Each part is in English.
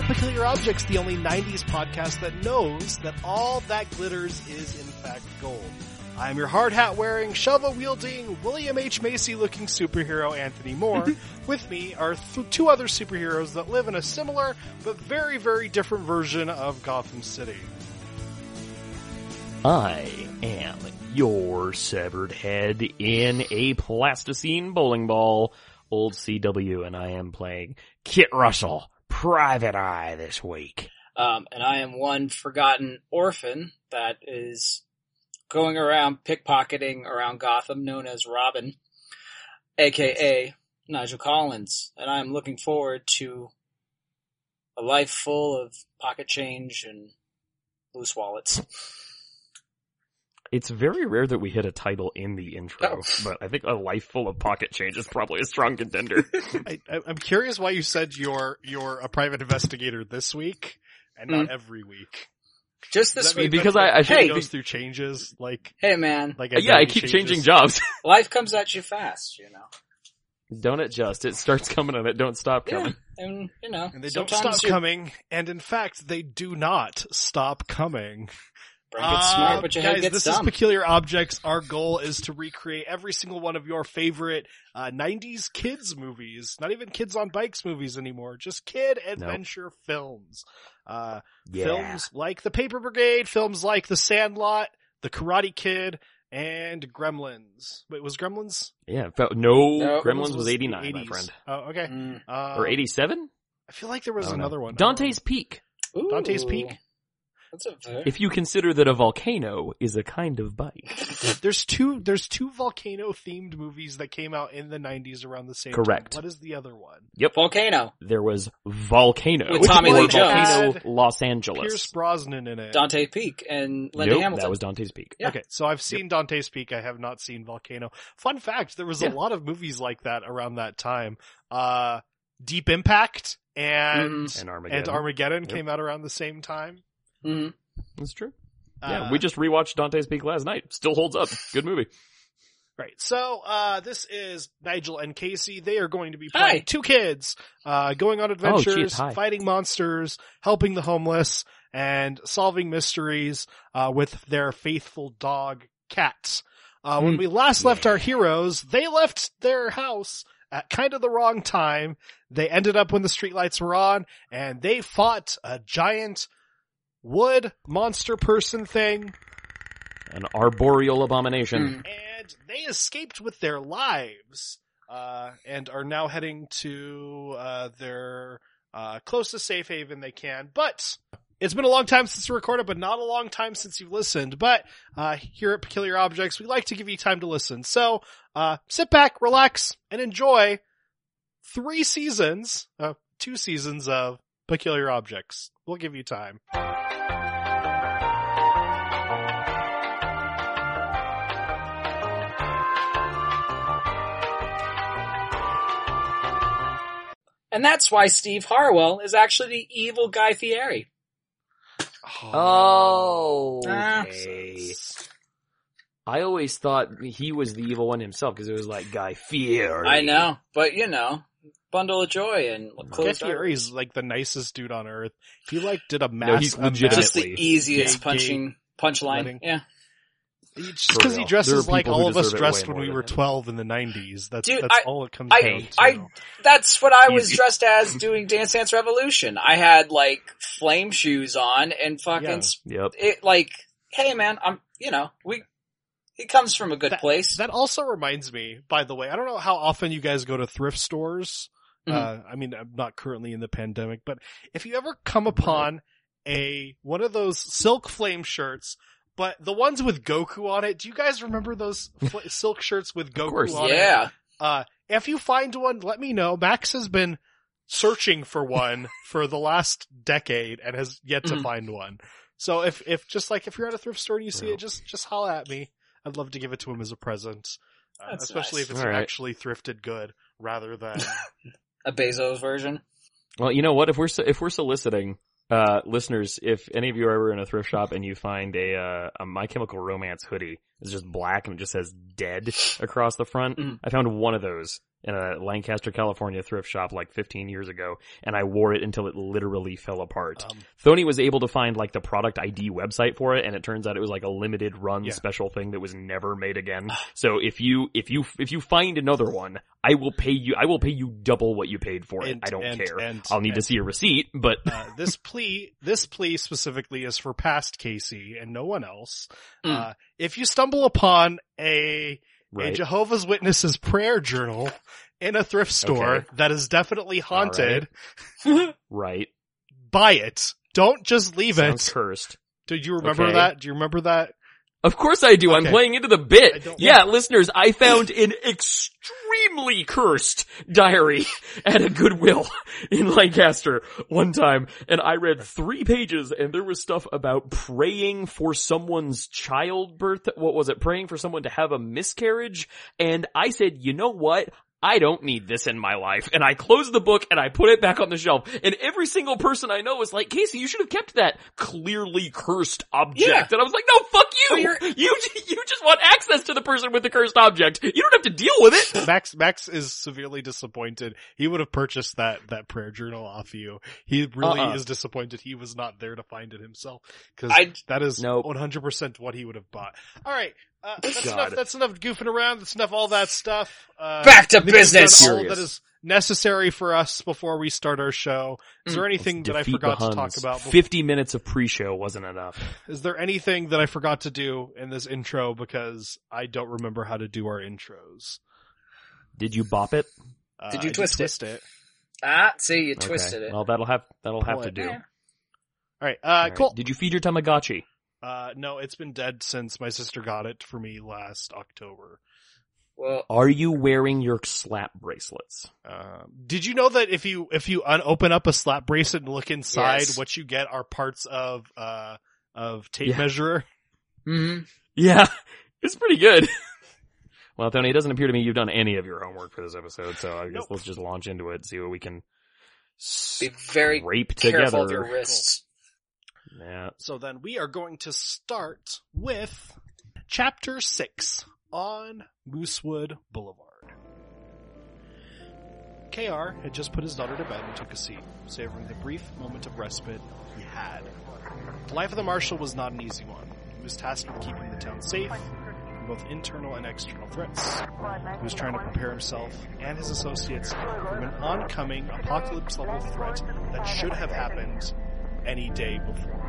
Nuclear Objects, the only 90s podcast that knows that all that glitters is in fact gold. I'm your hard hat wearing, shovel wielding, William H. Macy looking superhero Anthony Moore. With me are th- two other superheroes that live in a similar but very, very different version of Gotham City. I am your severed head in a plasticine bowling ball, old CW, and I am playing Kit Russell, Private Eye this week. Um, and I am one forgotten orphan that is going around pickpocketing around Gotham, known as Robin, aka Nigel Collins. And I am looking forward to a life full of pocket change and loose wallets. It's very rare that we hit a title in the Oh. intro, but I think a life full of pocket change is probably a strong contender. I, I- I'm curious why you said you're, you're a private investigator this week and not every week. Just Does this that mean week. Because that I- I it think- goes through changes like Hey man, like yeah, I identity keep changes? changing jobs. life comes at you fast, you know. don't it just, it starts coming and it don't stop Yeah, coming. and you know, and they don't sometimes stop you coming. And in fact, they do not stop coming. Brain gets Uh, smart, but your guys, head gets this dumb. is Peculiar Objects. Our goal is to recreate every single one of your favorite uh, '90s kids movies. Not even kids on bikes movies anymore. Just kid adventure films. Uh, Films like The Paper Brigade. Films like The Sandlot, The Karate Kid, and Gremlins. Wait, was Gremlins? Yeah. fe- No, No, Gremlins was the 89, my 80s. friend. Oh, okay. Mm. Uh, Or 87? I feel like there was I don't know. another one. Dante's Peak. Ooh. Dante's Peak. That's a very If you consider that a volcano is a kind of bike. There's two. There's two volcano themed movies that came out in the '90s around the same. time. Correct. What is the other one? volcano. there was Volcano. With Tommy or Lee Volcano Jones. Los Angeles. Pierce Brosnan in it. Dante Peak and Linda nope, Hamilton. that was Dante's Peak. Yeah. Okay, so I've seen Dante's Peak. I have not seen Volcano. Fun fact: there was Yeah. a lot of movies like that around that time. Uh, Deep Impact and And Armageddon. and Armageddon Yep. came out around the same time. Mhm. That's true. Uh, yeah, we just rewatched Dante's Peak last night. Still holds up. Good movie. Right. So, uh, this is Nigel and Casey. They are going to be Hi. playing two kids, uh, going on Oh, geez, adventures, hi. fighting monsters, helping the homeless, and solving mysteries, uh, with their faithful dog, Cats. Uh, when Mm. we last left our heroes, they left their house at kind of the wrong time. They ended up when the streetlights were on, and they fought a giant wood monster person thing An arboreal abomination. Hmm. Mm. and they escaped with their lives uh, and are now heading to uh, their uh, closest safe haven they can. But it's been a long time since we recorded, but not a long time since you've listened. But uh, here at Peculiar Objects, we like to give you time to listen. So uh, sit back, relax, and enjoy three seasons, uh, two seasons of Peculiar Objects. We'll give you time. And that's why Steve Harwell is actually the evil Guy Fieri. Oh. Ah. okay. I always thought he was the evil one himself because it was like Guy Fieri. I know, but you know, bundle of joy and Guy closed eyes. Fieri's like the nicest dude on earth. He like did a mass. he's a mass- legitimately Just the easiest Gay, punching wedding. punchline. Yeah, He- Just because he real. There dresses are like people who all of us deserve it dressed when way more we than were him. 12 in the 90s. That's, Dude, that's I- all it comes I- down to. I- that's what I was Easy. dressed as doing Dance Dance Revolution. I had like flame shoes on and fucking Yeah. sp- Yep. it. Like, hey man, I'm you know we. He comes from a good place. that also reminds me, by the way, I don't know how often you guys go to thrift stores. Mm-hmm. Uh, I mean, I'm not currently in the pandemic, but if you ever come upon a one of those silk flame shirts, but the ones with Goku on it, do you guys remember those fl- silk shirts with Goku course. on it? yeah, Uh, if you find one, let me know. Max has been searching for one for the last decade and has yet to Mhm. find one. So if, if just like if you're at a thrift store and you see Yeah. it, just, just holla at me. I'd love to give it to him as a present. Uh, That's especially nice. if it's All right. actually thrifted good rather than a Bezos version. Well, you know what? If we're so- if we're soliciting uh, listeners, if any of you are ever in a thrift shop and you find a, uh, a My Chemical Mm-hmm. Romance hoodie, it's just black and it just says "dead" across the front. Mm. I found one of those in a Lancaster, California thrift shop like 15 years ago, and I wore it until it literally fell apart. Um, Sony was able to find like the product ID website for it, and it turns out it was like a limited run Yeah. special thing that was never made again. So if you if you if you find another one, I will pay you. I will pay you double what you paid for it. and- I don't and- care. and- I'll need to and, see a receipt, but uh, this plea, this plea specifically is for past Casey and no one else. Mm. Uh, if you stumble upon a a right. Jehovah's Witnesses prayer journal in a thrift store Okay. that is definitely haunted, right. buy it. Don't just leave Sounds it. cursed. Did you remember Okay. that? Do you remember that? Of course I do. I'm Okay. playing into the I bit. don't- Yeah, listeners, I found an extremely cursed diary at a Goodwill in Lancaster one time, and I read three pages, and there was stuff about praying for someone's childbirth. What was it? Praying for someone to have a miscarriage. And I said, you know what? I don't need this in my life. And I closed the book and I put it back on the shelf. And every single person I know was like, Casey, you should have kept that clearly cursed object. Yeah. And I was like, no, fuck you. For You your- ju- you just want access to the person with the cursed object. You don't have to deal with it. Max Max is severely disappointed. He would have purchased that that prayer journal off you. He really Uh-uh. is disappointed he was not there to find it himself because I- that is Nope. 100% what he would have bought. All right, uh, that's God. enough. That's enough goofing around. That's enough all that stuff. Uh, Back to I think we've done business. All that is necessary for us before we start our show. Is Mm. there anything that I Defeat forgot the to talk Huns. about? before- 50 minutes of pre-show wasn't enough. Is there anything that I forgot to do in this intro because I don't remember how to do our intros? Did you bop it? Uh, Did I you twist it? it? Ah, see, you Okay. twisted it. Well, that'll have, that'll have to Point. do. Yeah. All right, uh, All right. cool. Did you feed your Tamagotchi? Uh, no, it's been dead since my sister got it for me last October. Well, Are you wearing your slap bracelets? Um, did you know that if you if you un- open up a slap bracelet and look inside, Yes. what you get are parts of uh of tape Yeah. measure? hmm Yeah, it's pretty good. well, Tony, it doesn't appear to me you've done any of your homework for this episode, so I guess Nope. let's just launch into it, see what we can be very scrape careful of your together. wrists. Yeah. So then we are going to start with chapter six on Moosewood Boulevard. KR had just put his daughter to bed and took a seat, savoring the brief moment of respite he had. The life of the Marshal was not an easy one. He was tasked with keeping the town safe from both internal and external threats. He was trying to prepare himself and his associates from an oncoming apocalypse level threat that should have happened any day before.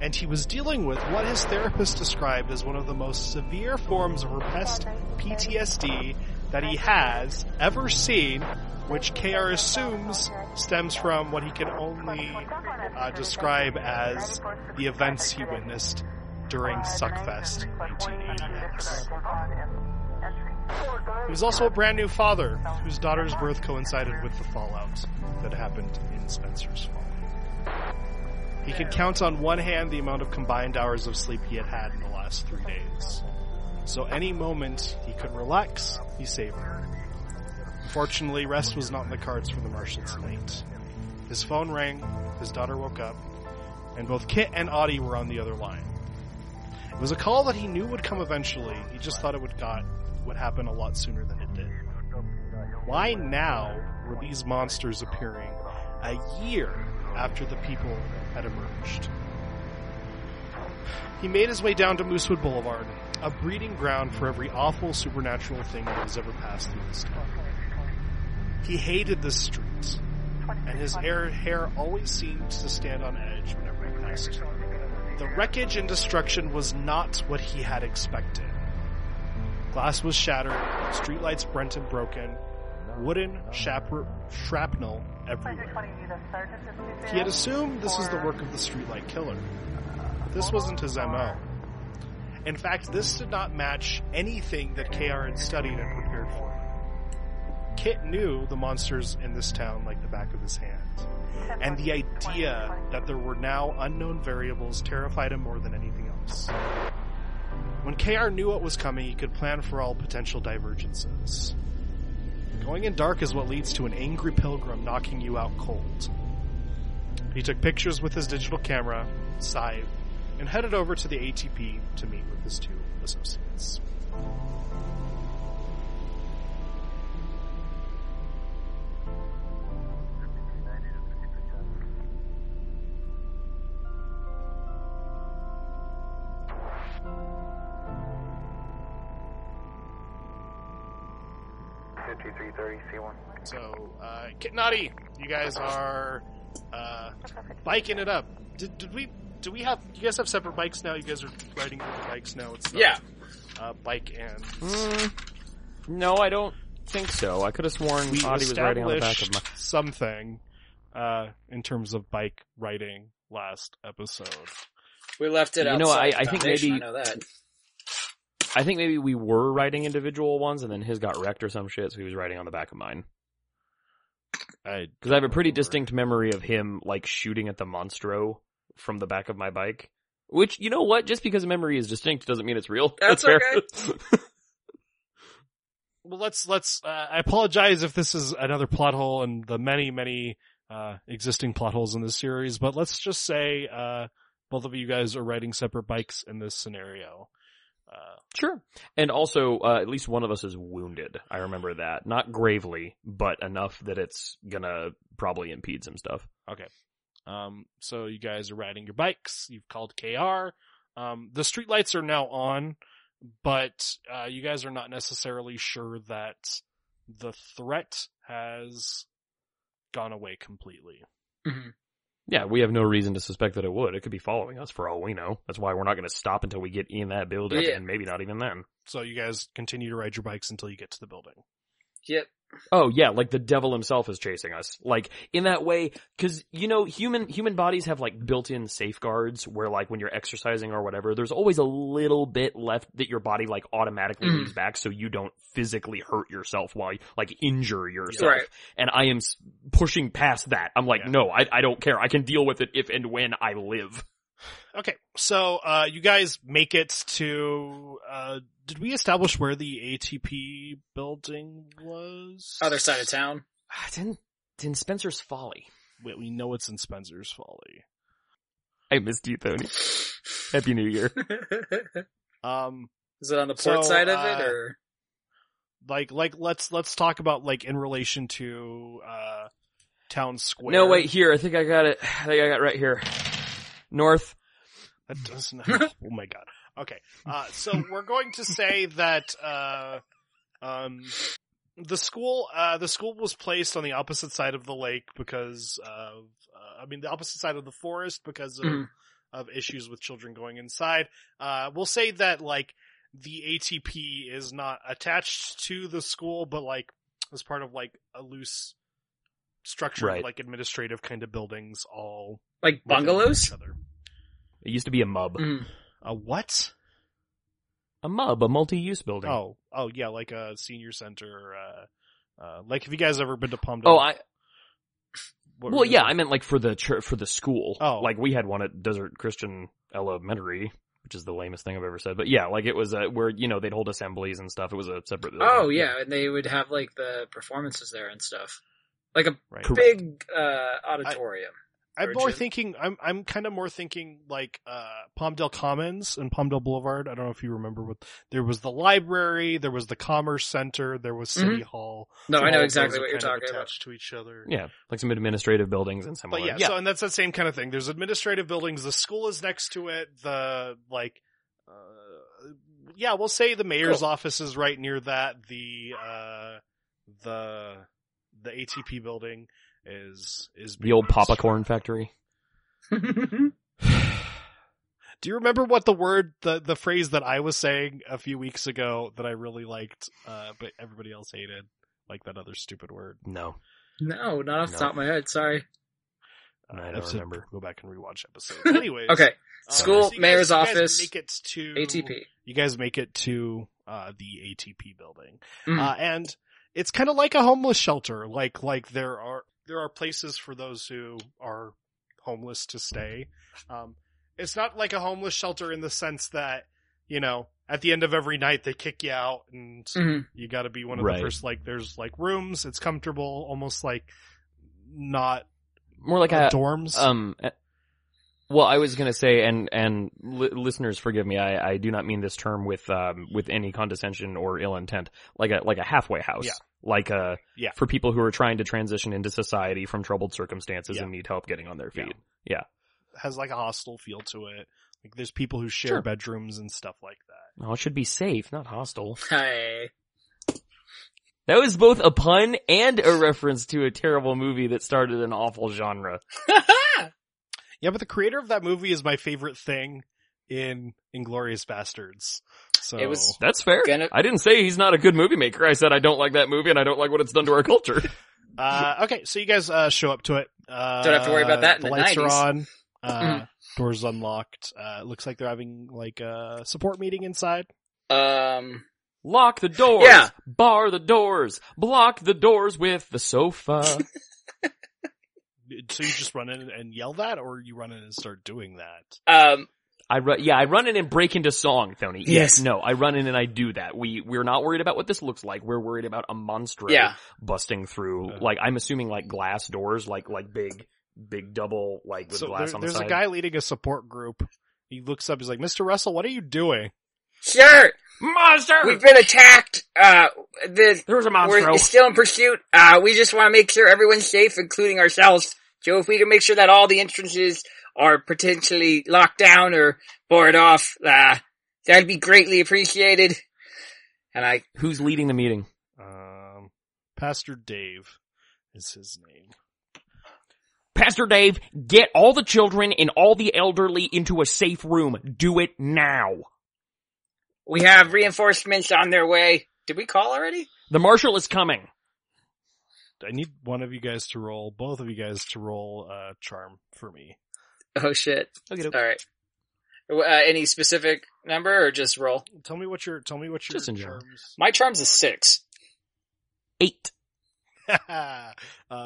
And he was dealing with what his therapist described as one of the most severe forms of repressed PTSD that he has ever seen, which KR assumes stems from what he can only uh, describe as the events he witnessed during Suckfest 1980X. He was also a brand new father, whose daughter's birth coincided with the fallout that happened in Spencer's fall. He could count on one hand the amount of combined hours of sleep he had had in the last three days. So any moment he could relax, he savored. Fortunately, rest was not in the cards for the Marshal tonight. His phone rang, his daughter woke up, and both Kit and Audie were on the other line. It was a call that he knew would come eventually, he just thought it would got would happen a lot sooner than it did. Why now were these monsters appearing a year after the people had emerged? He made his way down to Moosewood Boulevard, a breeding ground for every awful supernatural thing that has ever passed through this town. He hated this street, and his air, hair always seemed to stand on edge whenever he passed it. The wreckage and destruction was not what he had expected. Glass was shattered, streetlights brent and broken, wooden shapr- shrapnel everywhere. He had assumed this was the work of the streetlight killer. But this wasn't his MO. In fact, this did not match anything that KR had studied and prepared for. Kit knew the monsters in this town like the back of his hand and the idea that there were now unknown variables terrified him more than anything else. When KR knew what was coming, he could plan for all potential divergences. Going in dark is what leads to an angry pilgrim knocking you out cold. He took pictures with his digital camera, scythe, and headed over to the ATP to meet with his two associates. 5330 C1. So, uh, Kitnati, you guys are uh, biking it up. Did, did we? Do we have? You guys have separate bikes now. You guys are riding different bikes now. It's not, Yeah. uh, bike and Hmm. Mm, no, I don't think so. I could have sworn we Audie was riding on the back of established my. something uh, in terms of bike riding last episode. We left it You out. know, I- I think maybe- I know that. I think maybe we were riding individual ones, and then his got wrecked or some shit, so he was riding on the back of mine. I Because I have a pretty Remember. distinct memory of him like shooting at the monstro from the back of my bike. Which you know what? Just because memory is distinct doesn't mean it's real. That's fair. well, let's let's. Uh, I apologize if this is another plot hole and the many many uh, existing plot holes in this series, but let's just say uh, both of you guys are riding separate bikes in this scenario. Uh, sure. And also, uh, at least one of us is wounded. I remember that, not gravely, but enough that it's gonna probably impede some stuff. Um, so you guys are riding your bikes. You've called KR. Um, the streetlights are now on, but uh, you guys are not necessarily sure that the threat has gone away completely. Yeah, we have no reason to suspect that it would. It could be following us for all we know. That's why we're not gonna stop until we get in that building, Yeah. and maybe not even then. So you guys continue to ride your bikes until you get to the building. Yep. Oh yeah, like the devil himself is chasing us. Like in that way, cause you know, human, human bodies have like built-in safeguards where like when you're exercising or whatever, there's always a little bit left that your body like automatically Mhm. leaves back so you don't physically hurt yourself while you, like injure yourself. Right. And I am s- pushing past that. I'm like, Yeah. no, I, I don't care. I can deal with it if and when I live. Okay, so uh, you guys make it to. Uh, did we establish where the ATP building was? Uh, Other side of town. It's in, it's in Ah, Spencer's Folly. We, we know it's in Spencer's Folly. I missed you, Tony. Happy New Year. Um, Is it on the So, port side of it uh, or? like like let's let's talk about like in relation to uh town square No, wait, here. I think I got it. I think I got it right here. North. that doesn't oh my god okay uh so we're going to say that uh um the school uh the school was placed on the opposite side of the lake because of uh, i mean the opposite side of the forest because of Mhm. of issues with children going inside uh we'll say that like the atp is not attached to the school but like as part of like a loose structure Right. like administrative kind of buildings all Like within bungalows? each other. It used to be a mub. Mm. a what A mub, a multi-use building. Oh, oh yeah, like a senior center. Uh, uh, like have you guys ever been to Palm? Oh, Desert? I, What well, were you yeah, I doing? meant like for the church, for the school. Oh. Like we had one at Desert Christian Elementary, which is the lamest thing I've ever said. But yeah, like it was, uh, where, you know, they'd hold assemblies and stuff. It was a separate building. Oh yeah, and they would have like the performances there and stuff. Like a Right. Correct. big uh, auditorium. I'm more Urgent. thinking. I'm I'm kind of more thinking like uh, Palmdale Commons and Palmdale Boulevard. I don't know if you remember what there was the library, there was the Commerce Center, there was City Hall. Mm-hmm. no, I All know of exactly those what are you're kind of talking about. Attached to each other. Yeah, like some administrative buildings and similar. But yeah, so and that's that same kind of thing. There's administrative buildings. The school is next to it. The like, uh, yeah, we'll say the mayor's Cool. office is right near that. The uh, the the ATP building is is the old being popcorn factory. Do you remember what the word the the phrase that I was saying a few weeks ago that I really liked, uh, but everybody else hated, like that other stupid word. No. no, not off the No. top of my head. Sorry. Uh, I don't episode- remember. Go back and rewatch episode. Anyways, Okay, uh, School, you guys- mayor's you guys office, Make it to ATP. you guys make it to uh, the ATP building, Mm. uh, and it's kind of like a homeless shelter. Like like there are there are places for those who are homeless to stay. Um, it's not like a homeless shelter in the sense that you know at the end of every night they kick you out and Mm-hmm. Mhm. you got to be one of Right. the first. Like there's like rooms. It's comfortable, almost like not More like a, dorms. Um, uh, well, I was gonna say, and and li- listeners, forgive me, I, I do not mean this term with um with any condescension or ill intent. Like a like a halfway house, Yeah. like a Yeah. for people who are trying to transition into society from troubled circumstances Yeah. and need help getting on their Yeah. feet. has like a hostel feel to it. Like there's people who share Sure. bedrooms and stuff like that. Oh, it should be safe, not hostile. Hey. That was both a pun and a reference to a terrible movie that started an awful genre. Yeah, but the creator of that movie is my favorite thing in Inglorious Bastards. So It was- That's fair. Gonna- I didn't say he's not a good movie maker. I said I don't like that movie and I don't like what it's done to our culture. uh, okay, so you guys uh, show up to it. Uh, Don't have to worry about that in The the lights 90s. are on. Uh, doors unlocked. Uh, it looks like they're having like a support meeting inside. um, Lock the doors. Yeah. Bar the doors. Block the doors with the sofa. So you just run in and yell that, or you run in and start doing that. um, I run, yeah, I run in and break into song, Tony. Yes. No, I run in and I do that. We, we're not worried about what this looks like. We're worried about a monster yeah, busting through, Uh-huh. like, I'm assuming like glass doors, like, like big, big double, like with so glass there- on the there's side. a guy leading a support group. He looks up. He's like, "Mr. Russell, what are you doing?" sure. Monster! We've been attacked. Uh, the There's a monster. Oh, we're still in pursuit. Uh, we just want to make sure everyone's safe, including ourselves. So if we can make sure that all the entrances are potentially locked down or barred off, uh, that'd be greatly appreciated. And I, Who's leading the meeting? Um, Pastor Dave is his name. Pastor Dave, get all the children and all the elderly into a safe room. Do it now. we have reinforcements on their way. Did we call already? The marshal is coming. I need one of you guys to roll, both of you guys to roll uh, charm for me. Oh shit! Okay, All right. Uh, any specific number or just roll? Tell me what your tell me what your Just in general. charms. My charm's a six. Eight. uh,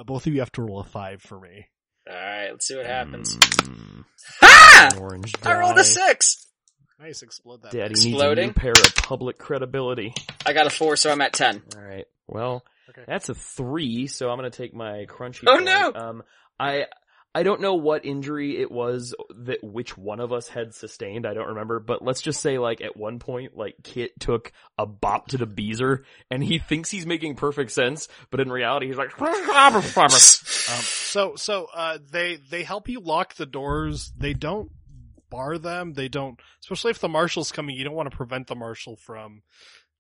both of you have to roll a five for me. All right, let's see what happens. Mm, Ha! an orange I rolled die. a six. Nice, explode that. Daddy Exploding. needs a new pair of public credibility. I got a four, so I'm at ten. All right. Well, Okay. that's a three, so I'm gonna take my crunchy. Oh, point. no! Um, I I don't know what injury it was that which one of us had sustained. I don't remember, but let's just say like at one point, like Kit took a bop to the beezer, and he thinks he's making perfect sense, but in reality, he's like. "Ah, Um, so so uh, they they help you lock the doors. They don't bar them. They don't, especially if the marshal's coming. You don't want to prevent the marshal from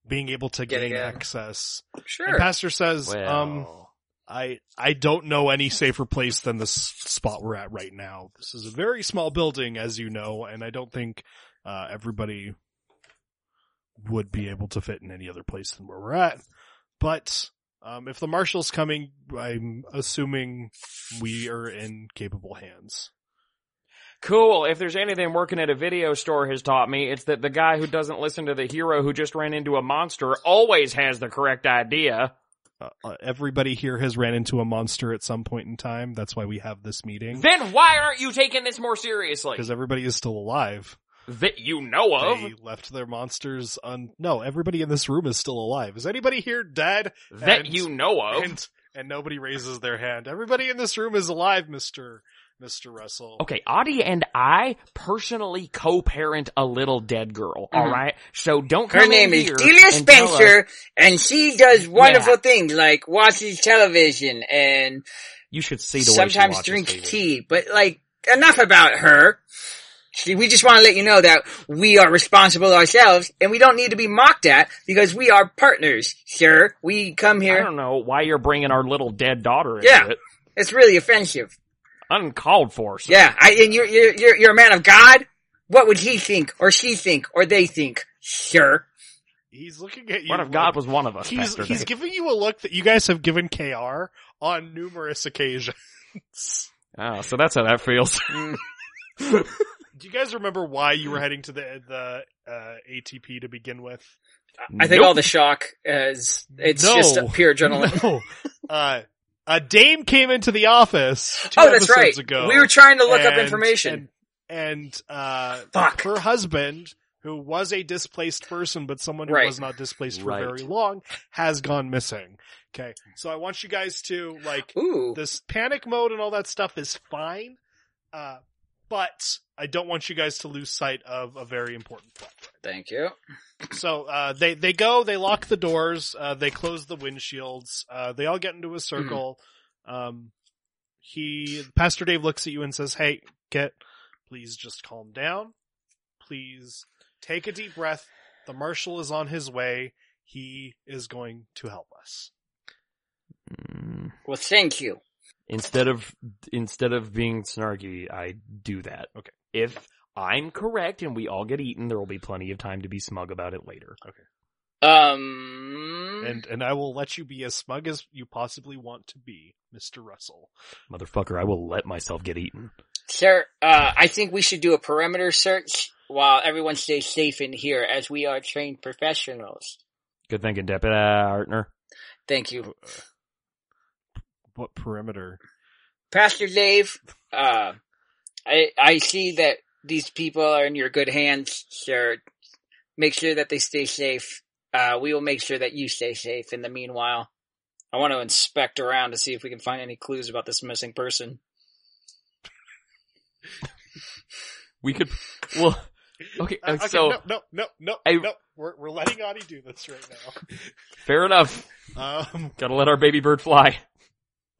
being able to Getting gain in. access. Sure. And Pastor says, um, Well. I I don't know any safer place than this spot we're at right now. This is a very small building, as you know, and I don't think uh, everybody would be able to fit in any other place than where we're at. But um, if the marshal's coming, I'm assuming we are in capable hands. Cool. If there's anything working at a video store has taught me, it's that the guy who doesn't listen to the hero who just ran into a monster always has the correct idea. Uh, uh, everybody here has ran into a monster at some point in time. That's why we have this meeting Then why aren't you taking this more seriously? because everybody is still alive. That you know of. They left their monsters un. No, everybody in this room is still alive. Is anybody here dead? that and- you know of. And and nobody raises their hand. Everybody in this room is alive, Mister Mister Russell. Okay, Audie and I personally co-parent a little dead girl, Mhm. alright? So don't come Her name in is here Delia and tell us- Spencer, and she does wonderful things like watches television and You should see the way she sometimes watches drinks TV. tea. But like, enough about her. She- We just want to let you know that we are responsible ourselves, and we don't need to be mocked at because we are partners, sir. We come I here. don't know why you're bringing our little dead daughter into Yeah. it. It's really offensive. Uncalled for. sir. Yeah, I, and you're, you're you're you're a man of God. What would he think, or she think, or they think, sir? he's looking at you. One of like- God was one of us. He's Pastor he's Dave. giving you a look that you guys have given Kr on numerous occasions. Oh, so that's how that feels. Mm. Do you guys remember why you were heading to the the uh, ATP to begin with? I think Nope. all the shock is it's No. just pure adrenaline. No. Uh, a dame came into the office. two Oh, that's right. episodes Ago. We were trying to look up and- information. And, and, uh, Fuck. her husband, who was a displaced person, but someone who Right. was not displaced for Right. very long, has gone missing. Okay. So I want you guys to, like, Ooh, this panic mode and all that stuff is fine. Uh, but I don't want you guys to lose sight of a very important fact. thank you. So uh, they they go, they lock the doors, uh, they close the windshields. Uh, they all get Hmm. into a circle. Um, he Pastor Dave looks at you and says, "Hey, get, please just calm down. Please take a deep breath. The marshal is on his way. He is going to help us. Mm. Well, thank you. Instead of instead of being snarky, I do that. Okay. If I'm correct and we all get eaten, there will be plenty of time to be smug about it later. Hmm. Um, And and I will let you be as smug as you possibly want to be, Mr. Russell. Motherfucker, I will let myself get eaten. sir, uh, I think we should do a perimeter search while everyone stays safe in here, as we are trained professionals. Good thinking, Deputy Hartner. Thank you, What perimeter? Pastor Dave. Uh, I I see that these people are in your good hands, sir. Make sure that they stay safe. Uh, we will make sure that you stay safe. In the meanwhile, I want to inspect around to see if we can find any clues about this missing person. We could, well, okay, Uh, okay, so no, no, no, no, I- no. We're we're letting Ani do this right fair enough. now. Um, Gotta let our baby bird fly.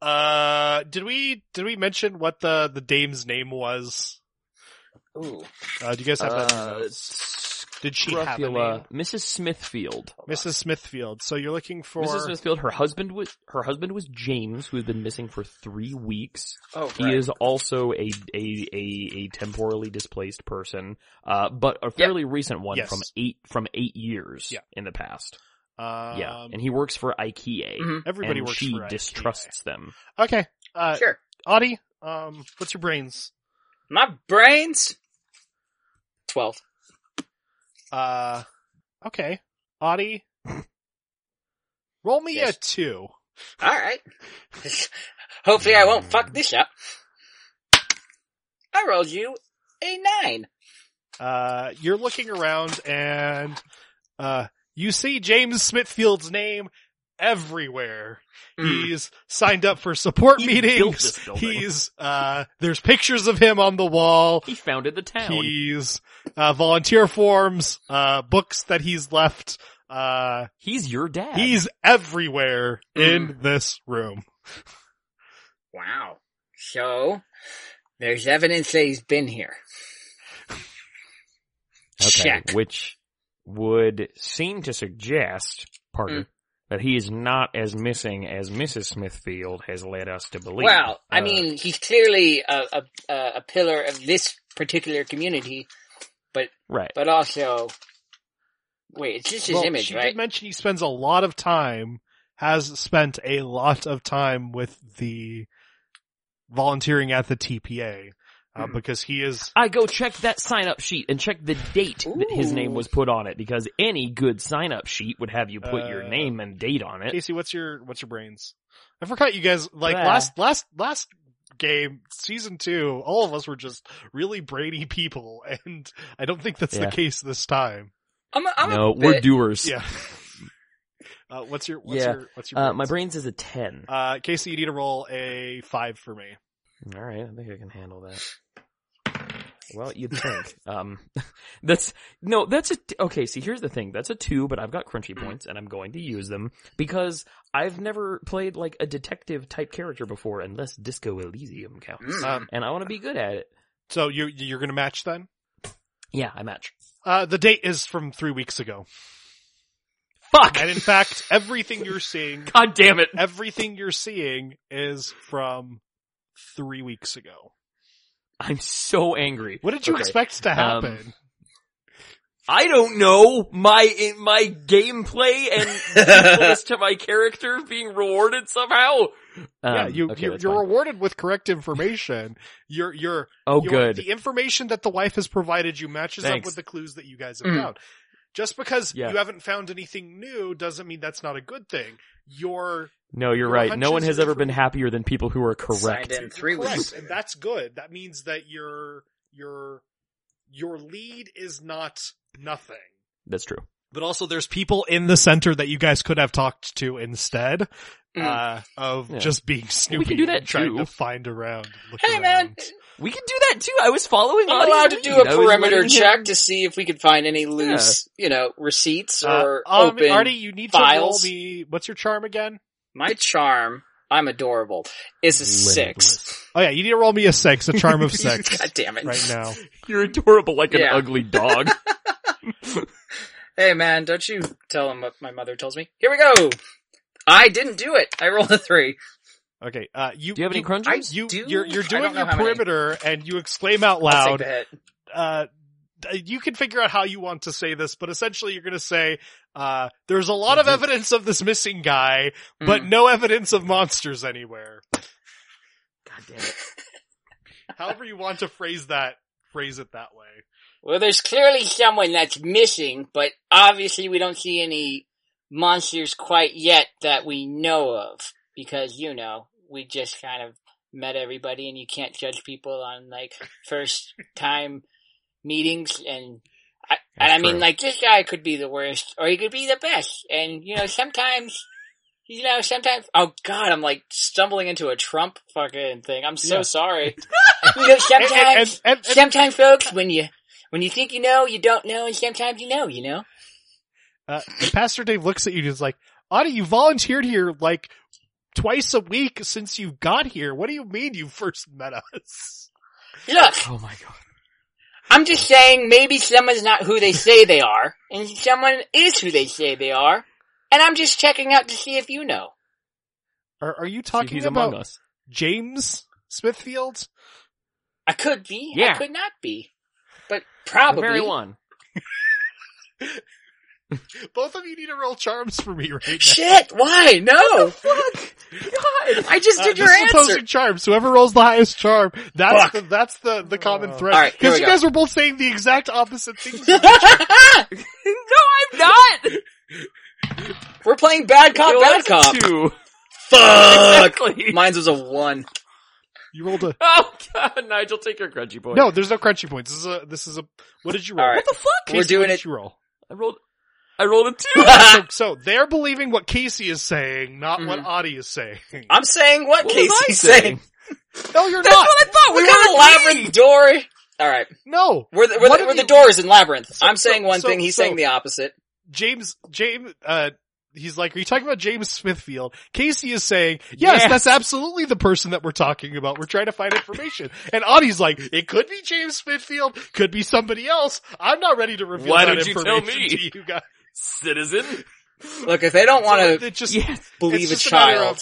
uh, did we did we mention what the the dame's name was? Ooh, Uh, do you guys have that? in your notes? Did she have a Scrofula- name? uh, Mrs. Smithfield. Mrs. Smithfield. So you're looking for Mrs. Smithfield. Her husband was her husband was James, who had been missing for three weeks. oh, He is also a a a, a temporally displaced person, uh, but a fairly recent one Yes. from eight from eight years Yeah. in the past. um, yeah, and he works for IKEA. Mhm. everybody and works she for IKEA. distrusts them. Okay. Uh, sure. Audie, um, what's your brains? My brains. Twelve. Uh, okay. Audie, roll me Yes. a two. All right. Hopefully, I won't fuck this up. I rolled you a nine. Uh, you're looking around and, uh, you see James Smithfield's name everywhere. Mm. He's signed up for support Hmm. He built meetings. this building. He's, uh, there's pictures of him on the wall. He founded the town. Oh. He's, uh, volunteer forms, uh, books that he's left, uh, He's your dad. He's everywhere Hmm. in this room. Wow. So there's evidence that he's been here. Okay, Check. which would seem to suggest, pardon, Mm. that he is not as missing as Mrs. Smithfield has led us to believe. Well, I Uh, mean, he's clearly a, a a a pillar of this particular community, right. but also, wait, it's just his Well, image, she right? did mention he spends a lot of time, has spent a lot of time with the volunteering at the TPA uh, Hmm. because he is. I go check that sign up sheet and check the date that his name was put on it because any good sign up sheet would have you put your Uh, name and date on it. Casey, what's your what's your brains? I forgot you guys like Yeah. last last last game season two. All of us were just really brainy people, and I don't think that's Yeah. the case this time. I'm a, I'm no, a we're bit- doers. Yeah. uh, what's your what's Yeah. your what's your Uh, brains? my brains is a 10. Uh, Casey, you need to roll a five for me. Alright, I think I can handle that. Well, you'd think. um, that's, no, that's a, okay, see, here's the thing. That's a two, but I've got crunchy points and I'm going to use them because I've never played like a detective type character before unless Disco Elysium counts. Mm. Um, And I want to be good at it. So you you're gonna match then? Yeah, I match. Uh, the date is from three weeks ago, Fuck! and in fact, everything you're seeing, God damn it. everything you're seeing is from three weeks ago. I'm so angry. What did you Okay. Um, expect to happen? I don't know my in my gameplay and faithfulness to my character being rewarded somehow. yeah, Um, you, okay, you you're that's fine. rewarded with correct information. You're you're oh your- good. The information that the wife has provided you matches up Thanks. with the clues that you guys have Mm. found. Just because Yeah. you havenn't found anything new doesn't mean that's not a good thing. Your No, you're Your right. No one hunches has are ever been happier than people who are correct. Signed in three correct, weeks. and that's good. That means that your your your lead is not nothing. That's true. But also, there's people in the center that you guys could have talked to instead Mm. uh, of Yeah. just being snoopy. can do that and trying too. to find around. and Look Hey, man, around. We can do that too. I was following. I'm Audie's allowed to lead. do a I was perimeter letting him- check to see if we can find any loose, you know, receipts or Uh, um, open. Artie, you need files. to roll the what's your charm again? My charm, I'm adorable, is a six. Limitless. Oh yeah, you need to roll me a six, a charm of six God damn it! right now. You're adorable like Yeah. an ugly dog. Hey man, don't you tell him what my mother tells me. Here we go. I didn't do it. I rolled a three. Okay. Uh, you Do you have any crunches? You, do. you're, you're I doing don't know your how many. perimeter and you exclaim out I'll take loud, the hit. uh, d- you can figure out how you want to say this, but essentially you're going to say, uh, there's a lot of Mm-hmm. Mhm. evidence of this missing guy, but Mm. no evidence of monsters anywhere. God damn it. However you want to phrase that, phrase it that way. well, there's clearly someone that's missing, but obviously we don't see any monsters quite yet that we know of because you know we just kind of met everybody, and you can't judge people on like first time meetings and. I, and That's I mean, true. like, this guy could be the worst, or he could be the best. And, you know, sometimes, you know, sometimes, oh god, I'm like stumbling into a Trump fucking thing. I'm so Yeah. sorry. you know, sometimes, and- and- and- sometimes folks, when you, when you think you know, you don't know, and sometimes you know, you know? Uh, and Pastor Dave looks at you and is like, Audie, you volunteered here like twice a week since you got here. What do you mean you first met us? Look, Oh my god. I'm just saying maybe someone's not who they say they are, and someone is who they say they are, and I'm just checking out to see if you know. Are, are you See if talking he's among about us. James Smithfield? I could be, Yeah. I could not be. But The probably. very one. Both of you need to roll charms for me right now. Shit, why? No! God. I just Uh, did your this is answer. opposing charms. Whoever rolls the highest charm, that's Fuck. the, that's the, the common thread. All right, here we you go. guys were both saying the exact opposite things. no, I'm not. We're playing bad cop, It bad was cop. Two. Fuck. Exactly. Mine's was a one. you rolled a oh god, Nigel, take your crunchy boy. no. There's no crunchy points. This is a this is a. What did you roll? All right. What the fuck? Casey, We're doing what did it- You roll. I rolled. I rolled a two. so, so they're believing what Casey is saying, not what Mm-hmm. Mhm. Audie is saying. I'm saying what, What was I Casey's saying. no, you're That's not. what I thought. We We were got the a labyrinth door. All right, No, we're the, we're, What the, if we're the you- doors in labyrinth. So- I'm saying so- one so- thing. He's so- saying the opposite. James, James, uh, he's like, are you talking about James Smithfield? Casey is saying, yes, Yes. that's absolutely the person that we're talking about. We're trying to find information. And Audie's like, it could be James Smithfield, could be somebody else. I'm not ready to reveal Why that don't you information tell me? to you guys. citizen. Look, if they don't want to It just, Yes. believe a just a matter child,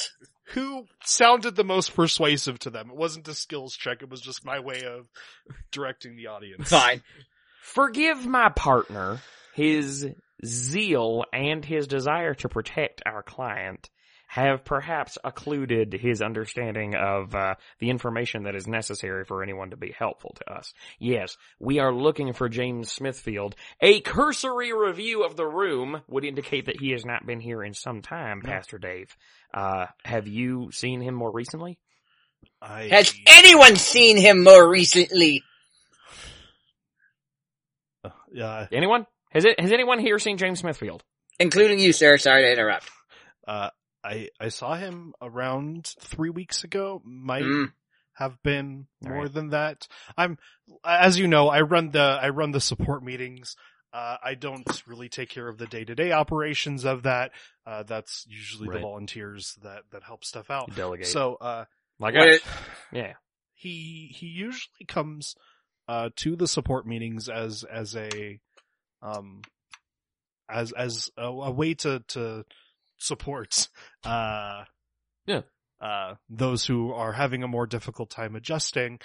who sounded the most persuasive to them? It wasn't a skills check. It was just my way of directing the audience. fine. Forgive my partner his zeal and his desire to protect our client have perhaps occluded his understanding of uh, the information that is necessary for anyone to be helpful to us. Yes, we are looking for James Smithfield. A cursory review of the room would indicate that he has not been here in some time, Mm. Pastor Dave. Uh, have you seen him more recently? I, Has anyone seen him more recently? uh, yeah, Anyone? Has it, has anyone here seen James Smithfield? Including you, sir. Sorry to interrupt. uh, I, I saw him around three weeks ago. Might Mm. have been All more right. than that. I'm, as you know, I run the, I run the support meetings. Uh, I don't really take care of the day to day operations of that. Uh, that's usually the Right. volunteers that, that help stuff out. Delegate. Oh, So, uh, like Wait, us. Yeah. he, he usually comes, uh, to the support meetings as, as a, um, as, as a, a way to, to support, uh, Yeah. uh, those who are having a more difficult time adjusting.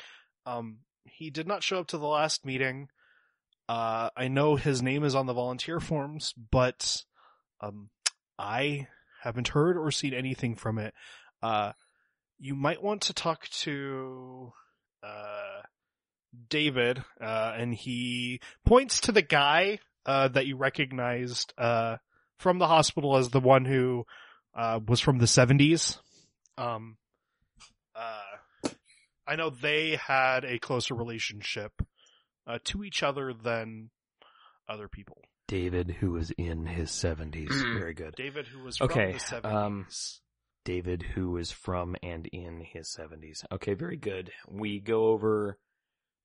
Um, he did not show up to the last meeting. Uh, I know his name is on the volunteer forms, but, um, I haven't heard or seen anything from it. Uh, you might want to talk to, uh, David, uh, and he points to the guy, uh, that you recognized, uh, from the hospital as the one who, uh, was from the 70s. Um, uh, I know they had a closer relationship, uh, to each other than other people. David, who was in his 70s. Mm-hmm. Mm. Very good. David, who was Okay, from the 70s. um, David, who is from and in his 70s. Okay, very good. We go over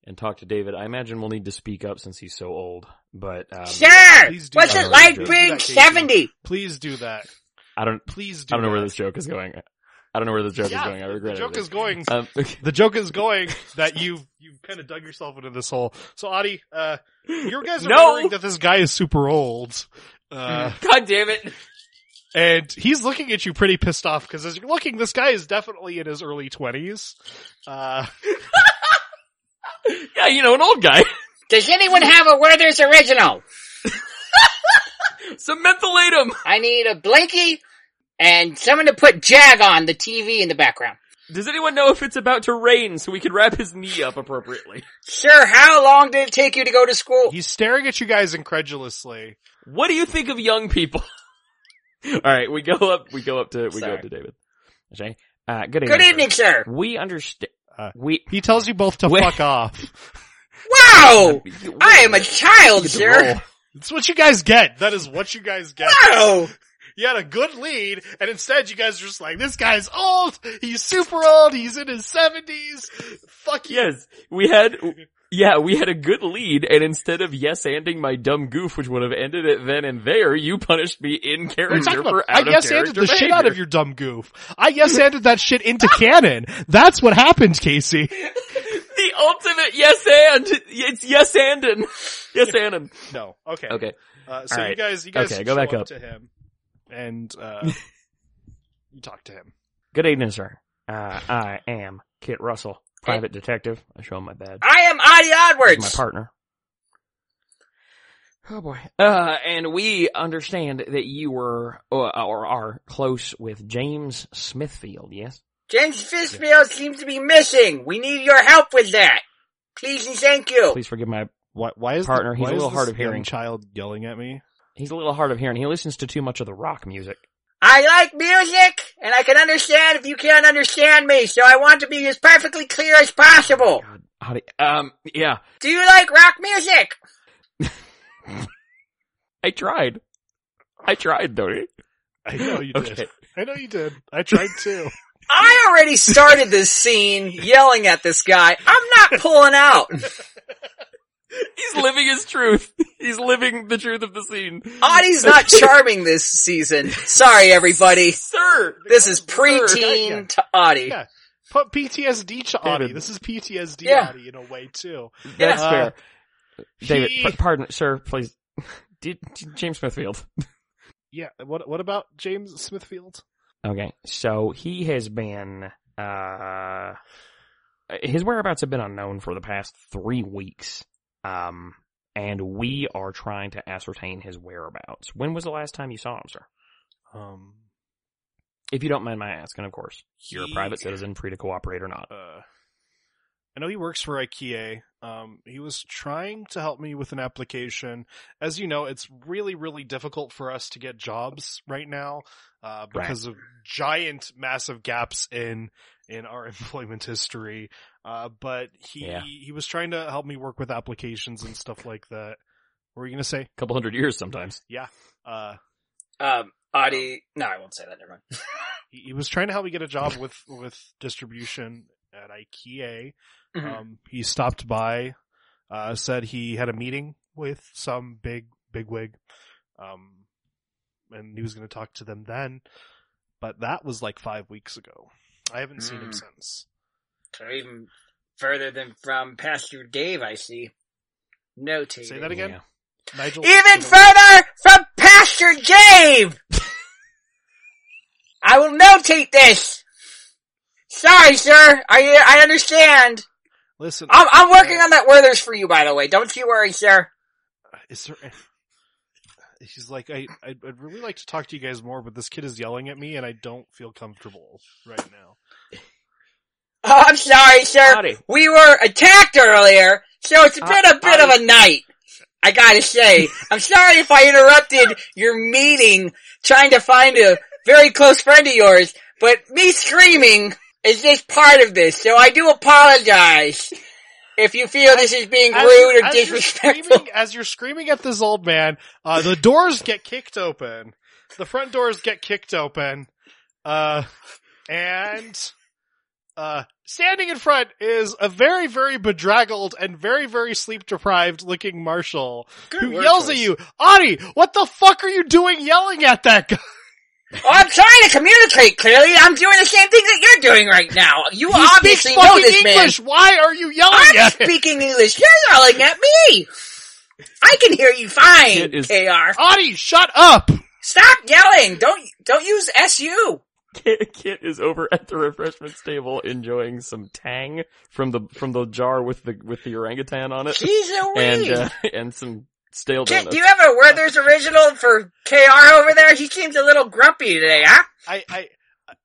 and talk to David. I imagine we'll need to speak up since he's so old, but um, Sir, please do what's that. it like Do that, being Casey. seventy? Please do that. I don't Please do I don't know that. where this joke is going. I don't know where the joke is Yeah, going. I the regret joke it. is going. Um, The joke is going that you've you've kind of dug yourself into this hole. So Adi, uh, your guys are No! wondering that this guy is super old, uh, Mm. God damn it! and he's looking at you pretty pissed off because as you're looking, this guy is definitely in his early twenties. Uh, Yeah, you know, an old guy. Does anyone have a Werther's original? Cementhalate him! I need a blinky and someone to put Jag on the TV in the background. Does anyone know if it's about to rain so we can wrap his knee up appropriately? Sir, how long did it take you to go to school? he's staring at you guys incredulously. What do you think of young people? Alright, we go up, we go up to, we go Sorry. up to David. Okay. Uh, good evening. Good sir. evening, sir. We understand, Uh, we, He tells you both to Wait. fuck off. Wow! Oh, I am a child, sir. That's what you guys get. That is what you guys get. Wow! You had a good lead, and instead you guys are just like, this guy's old, he's super old, he's in his seventies, fuck you. yes, we had, yeah, we had a good lead and instead of yes ending my dumb goof, which would have ended it then and there, you punished me in What are you character talking about? for I out of yes anded character the shit out of behavior. your dumb goof. I yes anded that shit into canon. That's what happened, Casey. The ultimate yes and! It's yes andin! Yes andin. No, okay. Okay. Uh, so All you right. guys, you guys Okay, show go back up. to him, and uh, you talk to him. Good evening, sir. Uh, I am Kit Russell, private detective. I show him my badge. I am Adi He's my Odwards. partner. Oh boy. Uh, and we understand that you were, or, or are close with James Smithfield, yes? James Fishfield seems to be missing. We need your help with that. Please and thank you. Please forgive my, Why, why is Partner, the, he's why a is little this hard of young hearing. Child yelling at me. he's a little hard of hearing. He listens to too much of the rock music. I like music, and I can understand if you can't understand me, so I want to be as perfectly clear as possible. God, how do you- um, yeah, Do you like rock music? I tried. I tried, Dory. I know you did. Okay. I know you did. I tried too. I already started this scene yelling at this guy. I'm not pulling out. He's living his truth. He's living the truth of the scene. Audie's not charming this season. Sorry, everybody. Sir! This is Yeah. preteen to Audie. Yeah. Put PTSD to Audie. David. This is PTSD Yeah. Audie in a way too. That's Uh, fair. David, he- p- pardon, sir, please. Did, did James Smithfield. Yeah. What What about James Smithfield? Okay, so he has been, uh, his whereabouts have been unknown for the past three weeks. Um, and we are trying to ascertain his whereabouts. When was the last time you saw him, sir? Um. If you don't mind my asking, of course. You're a he- private citizen, free to cooperate or not. Uh, I know he works for IKEA. Um, he was trying to help me with an application. As you know, it's really, really difficult for us to get jobs right now uh, because of giant, massive gaps in in our employment history. Uh, but he Yeah. he was trying to help me work with applications and stuff like that. What were you gonna say? A couple hundred years sometimes. Uh, Um, Audie, no, I won't say that. Never mind. he, he was trying to help me get a job with with distribution at IKEA. Mhm. Um, he stopped by, uh, said he had a meeting with some big bigwig, um, and he was going to talk to them then. But that was like five weeks ago. I haven't seen him Mm. since. So even further than from Pastor Dave, I see. No TV. Say that again, Yeah. Nigel. Even further from Pastor Dave! I will notate this! Sorry, sir. I, I understand. Listen, I'm, I'm working on that Werther's for you, by the way. Don't you worry, sir. is there? He's like, I, I'd I'd really like to talk to you guys more, but this kid is yelling at me, and I don't feel comfortable right now. Oh, I'm sorry, sir. Howdy. We were attacked earlier, so Uh, it's been a bit of a night. I gotta say, I'm sorry if I interrupted your meeting trying to find a very close friend of yours, but me screaming is just part of this, so I do apologize if you feel this is being As rude you're- or as You're disrespectful. screaming, as you're screaming at this old man, uh, the doors get kicked open. The front doors get kicked open. Uh, and, uh, standing in front is a very, very bedraggled and very, very sleep deprived looking Marshall who yells at you, Adi, what the fuck are you doing yelling at that guy? Oh, I'm trying to communicate clearly. I'm doing the same thing that you're doing right now. You He speaks obviously know fucking this man. English. Why are you yelling I'm at him? speaking English. You're yelling at me. I can hear you fine, Kit is- KR. Adi, shut up! Stop yelling. Don't don't use SU. Kit, Kit is over at the refreshments table enjoying some tang from the from the jar with the with the orangutan on it, Jeez and Louise. uh, and some stale Kit, donuts. do you have a Werther's original for KR over there? He seems a little grumpy today, huh? I I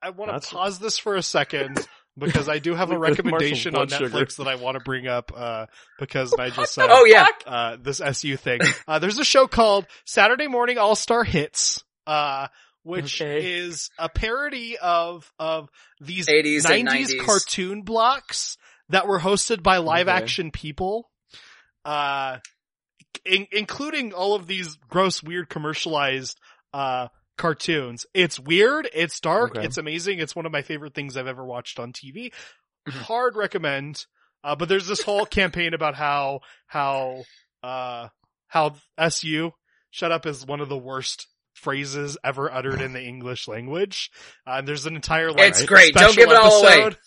I want That's- to pause this for a second because I do have a Look at Marshall's recommendation on blood Netflix that I want to bring up uh, because Nigel said Oh yeah. uh, this SU thing. Uh, there's a show called Saturday Morning All Star Hits, uh, which Okay. is a parody of of these 80s and 90s 90s. cartoon blocks that were hosted by live Okay. action people, uh, in- including all of these gross, weird, commercialized uh, cartoons. It's weird. It's dark. Okay. It's amazing. It's one of my favorite things I've ever watched on TV. Mm-hmm. Hard recommend. Uh, but there's this whole campaign about how how uh how SU shut up is one of the worst phrases ever uttered in the English language. Uh, and there's an entire like It's great. Don't special give it all away. episode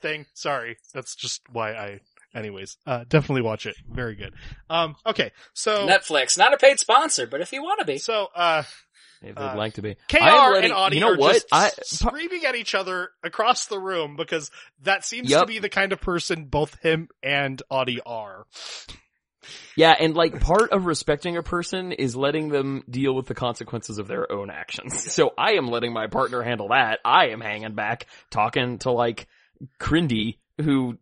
Thing. Sorry. That's just why I anyways. Uh definitely watch it. Very good. Um okay. So Netflix, not a paid sponsor, but if you want to be, so uh if uh, they'd like to be. KR I am and letting- Audie you know are what? just I- screaming at each other across the room because that seems to Yup. Uh, be the kind of person both him and Audie are. Yeah, and like part of respecting a person is letting them deal with the consequences of their own actions. So I am letting my partner handle that. I am hanging back talking to like Crindy who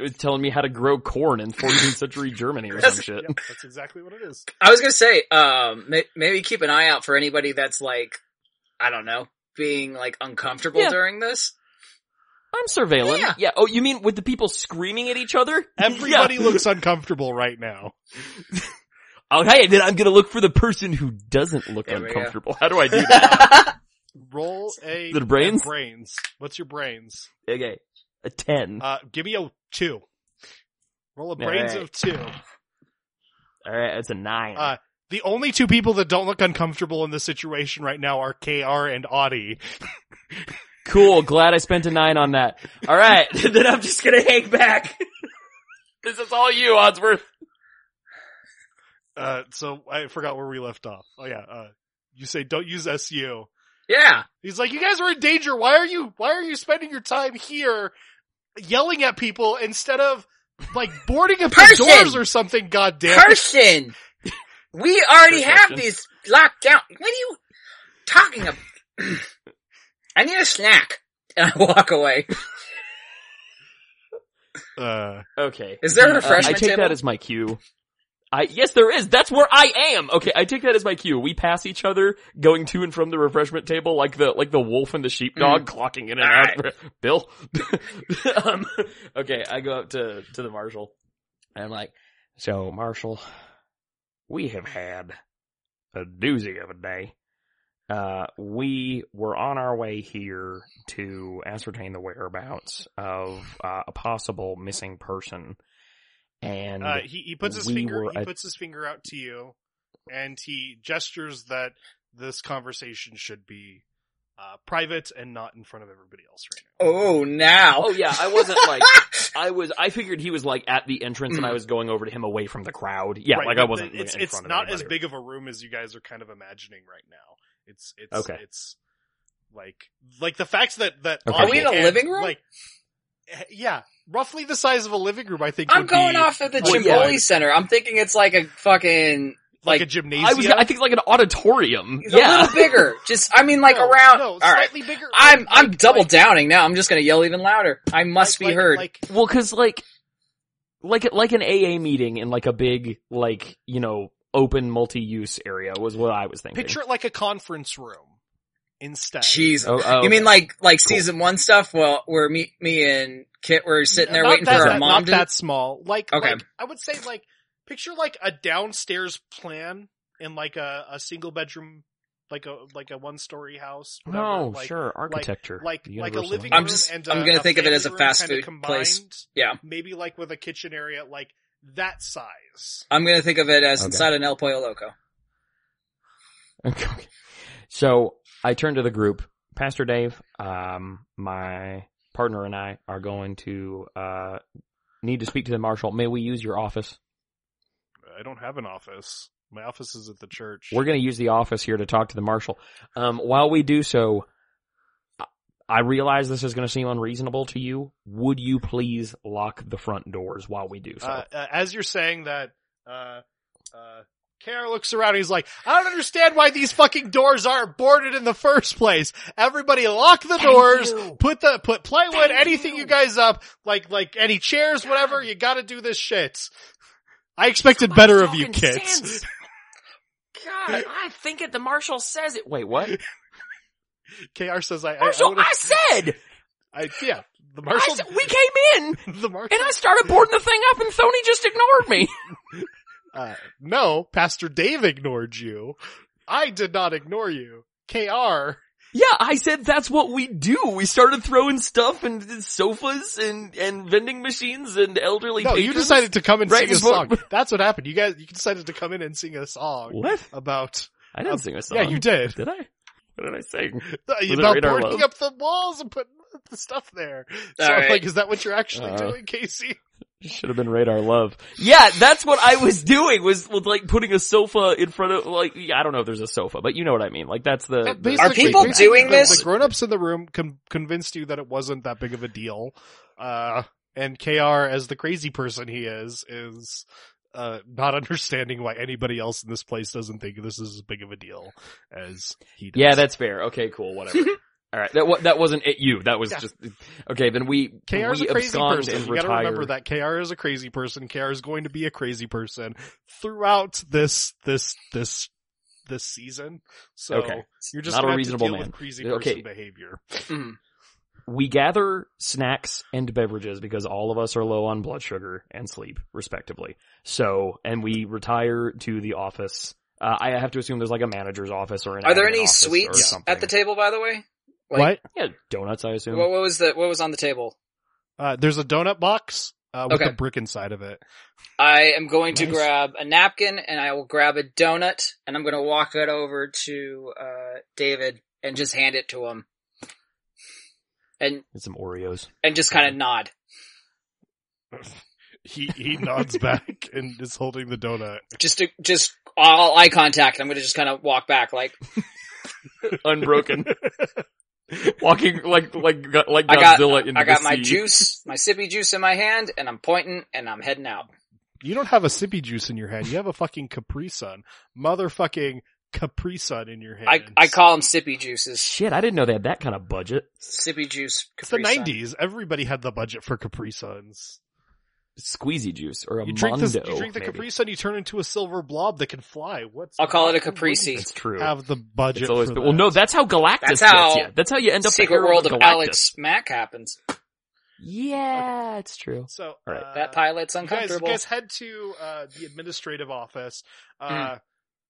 is telling me how to grow corn in 14th century Germany or some shit. Yep, that's exactly what it is. I was gonna say, um, may- maybe keep an eye out for anybody that's like, I don't know, being like uncomfortable Yeah. during this. I'm surveilling. Yeah. Yeah. Oh, you mean with the people screaming at each other? Everybody Yeah. looks uncomfortable right now. Oh, hey, then I'm gonna look for the person who doesn't look There we go. uncomfortable. How do I do that? Roll a The brains? brains. What's your brains? okay. A 10. Uh, give me a two. Roll a All brains right. of two. Alright, it's a 9. Uh, The only two people that don't look uncomfortable in this situation right now are Kr and Audie. Cool. Glad I spent a nine on that. All right. then I'm just going to hang back. this is all you, Oddsworth. Uh, so I forgot where we left off. Oh yeah. Uh, you say don't use SU. yeah, He's like, you guys are in danger. Why are you, why are you spending your time here yelling at people instead of like boarding up the Person! doors or something? God damn it. person. We already have Perfection. these locked down. What are you talking about? I need a snack. And I walk away. Uh, Okay. Is there a Uh, I refreshment take table? that as my cue. I, yes, there is. That's where I am. Okay. I take that as my cue. We pass each other going to and from the refreshment table like the, like the wolf and the sheepdog Mm. clocking in and out. Bill. um, okay. I go up to, to the marshal and I'm like, so Marshall, we have had a doozy of a day. Uh, we were on our way here to ascertain the whereabouts of uh, a possible missing person. And Uh, he, he puts his we finger were he at- puts his finger out to you, and he gestures that this conversation should be uh, private and not in front of everybody else right now. Oh, now. oh yeah, I wasn't like I was. I figured he was like at the entrance, and I was going over to him away from the crowd. Yeah, Right, like I but wasn't. It's in it's front of not as anybody. big of a room as you guys are kind of imagining right now. It's it's Okay. it's like like the fact that that Okay. Audie Are we in a and, living room? Like, eh, yeah, roughly the size of a living room. I think I'm would going be off of the Well, Chipotle yeah. Center. I'm thinking it's like a fucking like, like, a gymnasium. I was. I think it's like an auditorium. it's a Yeah. little bigger. Just I mean like No, around. no, all right, slightly bigger. I'm like- I'm like- double like- downing now. I'm just gonna yell even louder. I must like- be heard. like- Well, because like, like like an AA meeting in like a big like you know open multi-use area was what I was thinking. Picture it like a conference room instead. Jesus. Oh, oh, You mean okay. like like Cool. season one stuff? Well, where me me and Kit were sitting there Not waiting that, for our that- mom Not to. that small. Like, Okay. like, I would say like picture like a downstairs plan in like a, a single bedroom, like a like a one story house. whatever, No, like, sure, like- architecture, Like the like a universal living room. language. I'm just- and I'm a- gonna think of it family as a room fast kinda food place. combined, Yeah, Maybe like with a kitchen area, like that size. I'm gonna think of it as Okay. inside an El Pollo Loco. Okay. So I turn to the group. Pastor Dave, um, my partner and I are going to uh, need to speak to the marshal. May we use your office? I don't have an office. My office is at the church. We're going to use the office here to talk to the marshal. Um, while we do so, I- I realize this is going to seem unreasonable to you. Would you please lock the front doors while we do so? uh, uh, as you're saying that, uh, uh, Kara looks around and he's like, I don't understand why these fucking doors aren't boarded in the first place. Everybody lock the doors, put the, put plywood, anything you. guys up, like, like any chairs, whatever, you gotta do this shit. I expected better of you Fucking kids. sense. God, I think it. The marshal says it. Wait, what? KR says, I, I, I, Marshal, would've- I said. I- yeah, the I marshal, said- we came in the marshal, and I started boarding the thing up, and Thony just ignored me. uh, no, Pastor Dave ignored you. I did not ignore you. KR. Yeah, I said that's what we do. We started throwing stuff and sofas and and vending machines and elderly. No, you patrons. decided to come and Right, sing a it's what- song. That's what happened. You guys, you decided to come in and sing a song what? about. I didn't sing a song. Yeah, you did. Did I? What did I sing? it about Radar boarding Love? up the walls and putting the stuff there. So, All right. like, is that what you're actually Uh, doing, Casey? Should have been radar love. Yeah, that's what I was doing was, was like putting a sofa in front of like yeah, I don't know if there's a sofa, but you know what I mean. Like that's the, the- Are people basically, doing the- this? The grown-ups in the room con- convinced you that it wasn't that big of a deal. Uh, and KR, as the crazy person he is, is. Uh, not understanding why anybody else in this place doesn't think this is as big of a deal as he does. Yeah, that's fair. Okay, cool, whatever. All right, that wa- that wasn't at you. That was Yeah. just okay. Then we KR is we a crazy abscond person. and You gotta retire. remember that KR is a crazy person. KR is going to be a crazy person throughout this, this, this, this season. So Okay. you're just Not a gonna have to reasonable deal with man. crazy person Okay. behavior. we gather snacks and beverages because all of us are low on blood sugar and sleep, respectively. So, and we retire to the office. Uh, I have to assume there's like a manager's office or an. Are there admin any office or sweets something. at the table? By the way, What? Like- Yeah, donuts. I assume. what, what was the what was on the table? Uh, there's a donut box uh, with Okay. a brick inside of it. I am going to Nice. grab a napkin and I will grab a donut and I'm going to walk it over to uh, David and just hand it to him and And some Oreos. and just kind of nod. He he nods back and is holding the donut. Just to, just all eye contact. I'm going to just kind of walk back like Unbroken. Walking like like like I got- Godzilla into I got the my sea. juice, my sippy juice in my hand and I'm pointing and I'm heading out. You don't have a sippy juice in your hand. You have a fucking Capri Sun, motherfucking Capri Sun in your hand. I I call them sippy juices. Shit, I didn't know they had that kind of budget. Sippy juice. It's the Capri Sun. '90s. Everybody had the budget for Capri Suns. Squeezy juice or a You drink Mondo. this. You drink the maybe. Capri Sun. You turn into a silver blob that can fly. What's I'll call it a who Caprese. That's true. wouldn't Have the budget. It's always for been- well, no, that? that's how Galactus That's gets how you. That's how you end up the Secret hero World of Galactus. Alex Mack happens. Yeah, it's true. So All right. uh, That pilot's you guys, you uncomfortable. guys head to uh, the administrative office. Hmm. Uh,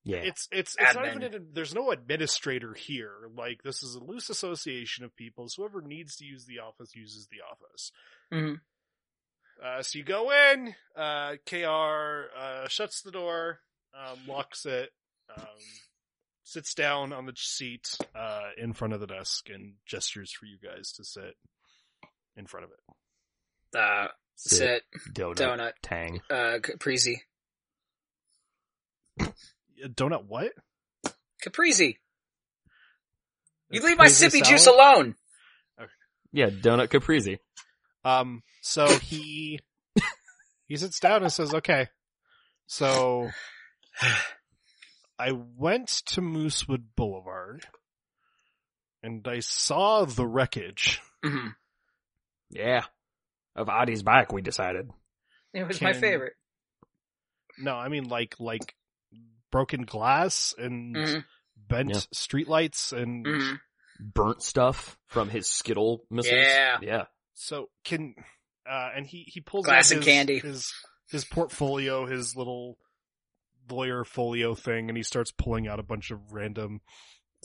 Yeah. It's it's it's not Admin. even an, there's no administrator here. Like this is a loose association of people. So whoever needs to use the office uses the office. Mhm. Uh, so you go in. Uh, Kr uh, shuts the door, um, locks it, um, sits down on the seat uh, in front of the desk, and gestures for you guys to sit in front of it. Uh, sit donut, donut. tang. Uh, Caprese. A donut? What? Caprese. You A leave my Caprese sippy salad? juice alone. Yeah, donut caprese. Um, so he he sits down and says, "Okay, so I went to Moosewood Boulevard and I saw the wreckage. Mhm. Yeah. Of Adi's bike, we decided. It was my Can- favorite. No, I mean like like broken glass and Mhm. bent Yeah. streetlights and Mhm. Burnt stuff from his Skittle missiles. Yeah. Yeah. so can uh, and he he pulls Glass out and his- candy. his his portfolio, his little lawyer folio thing, and he starts pulling out a bunch of random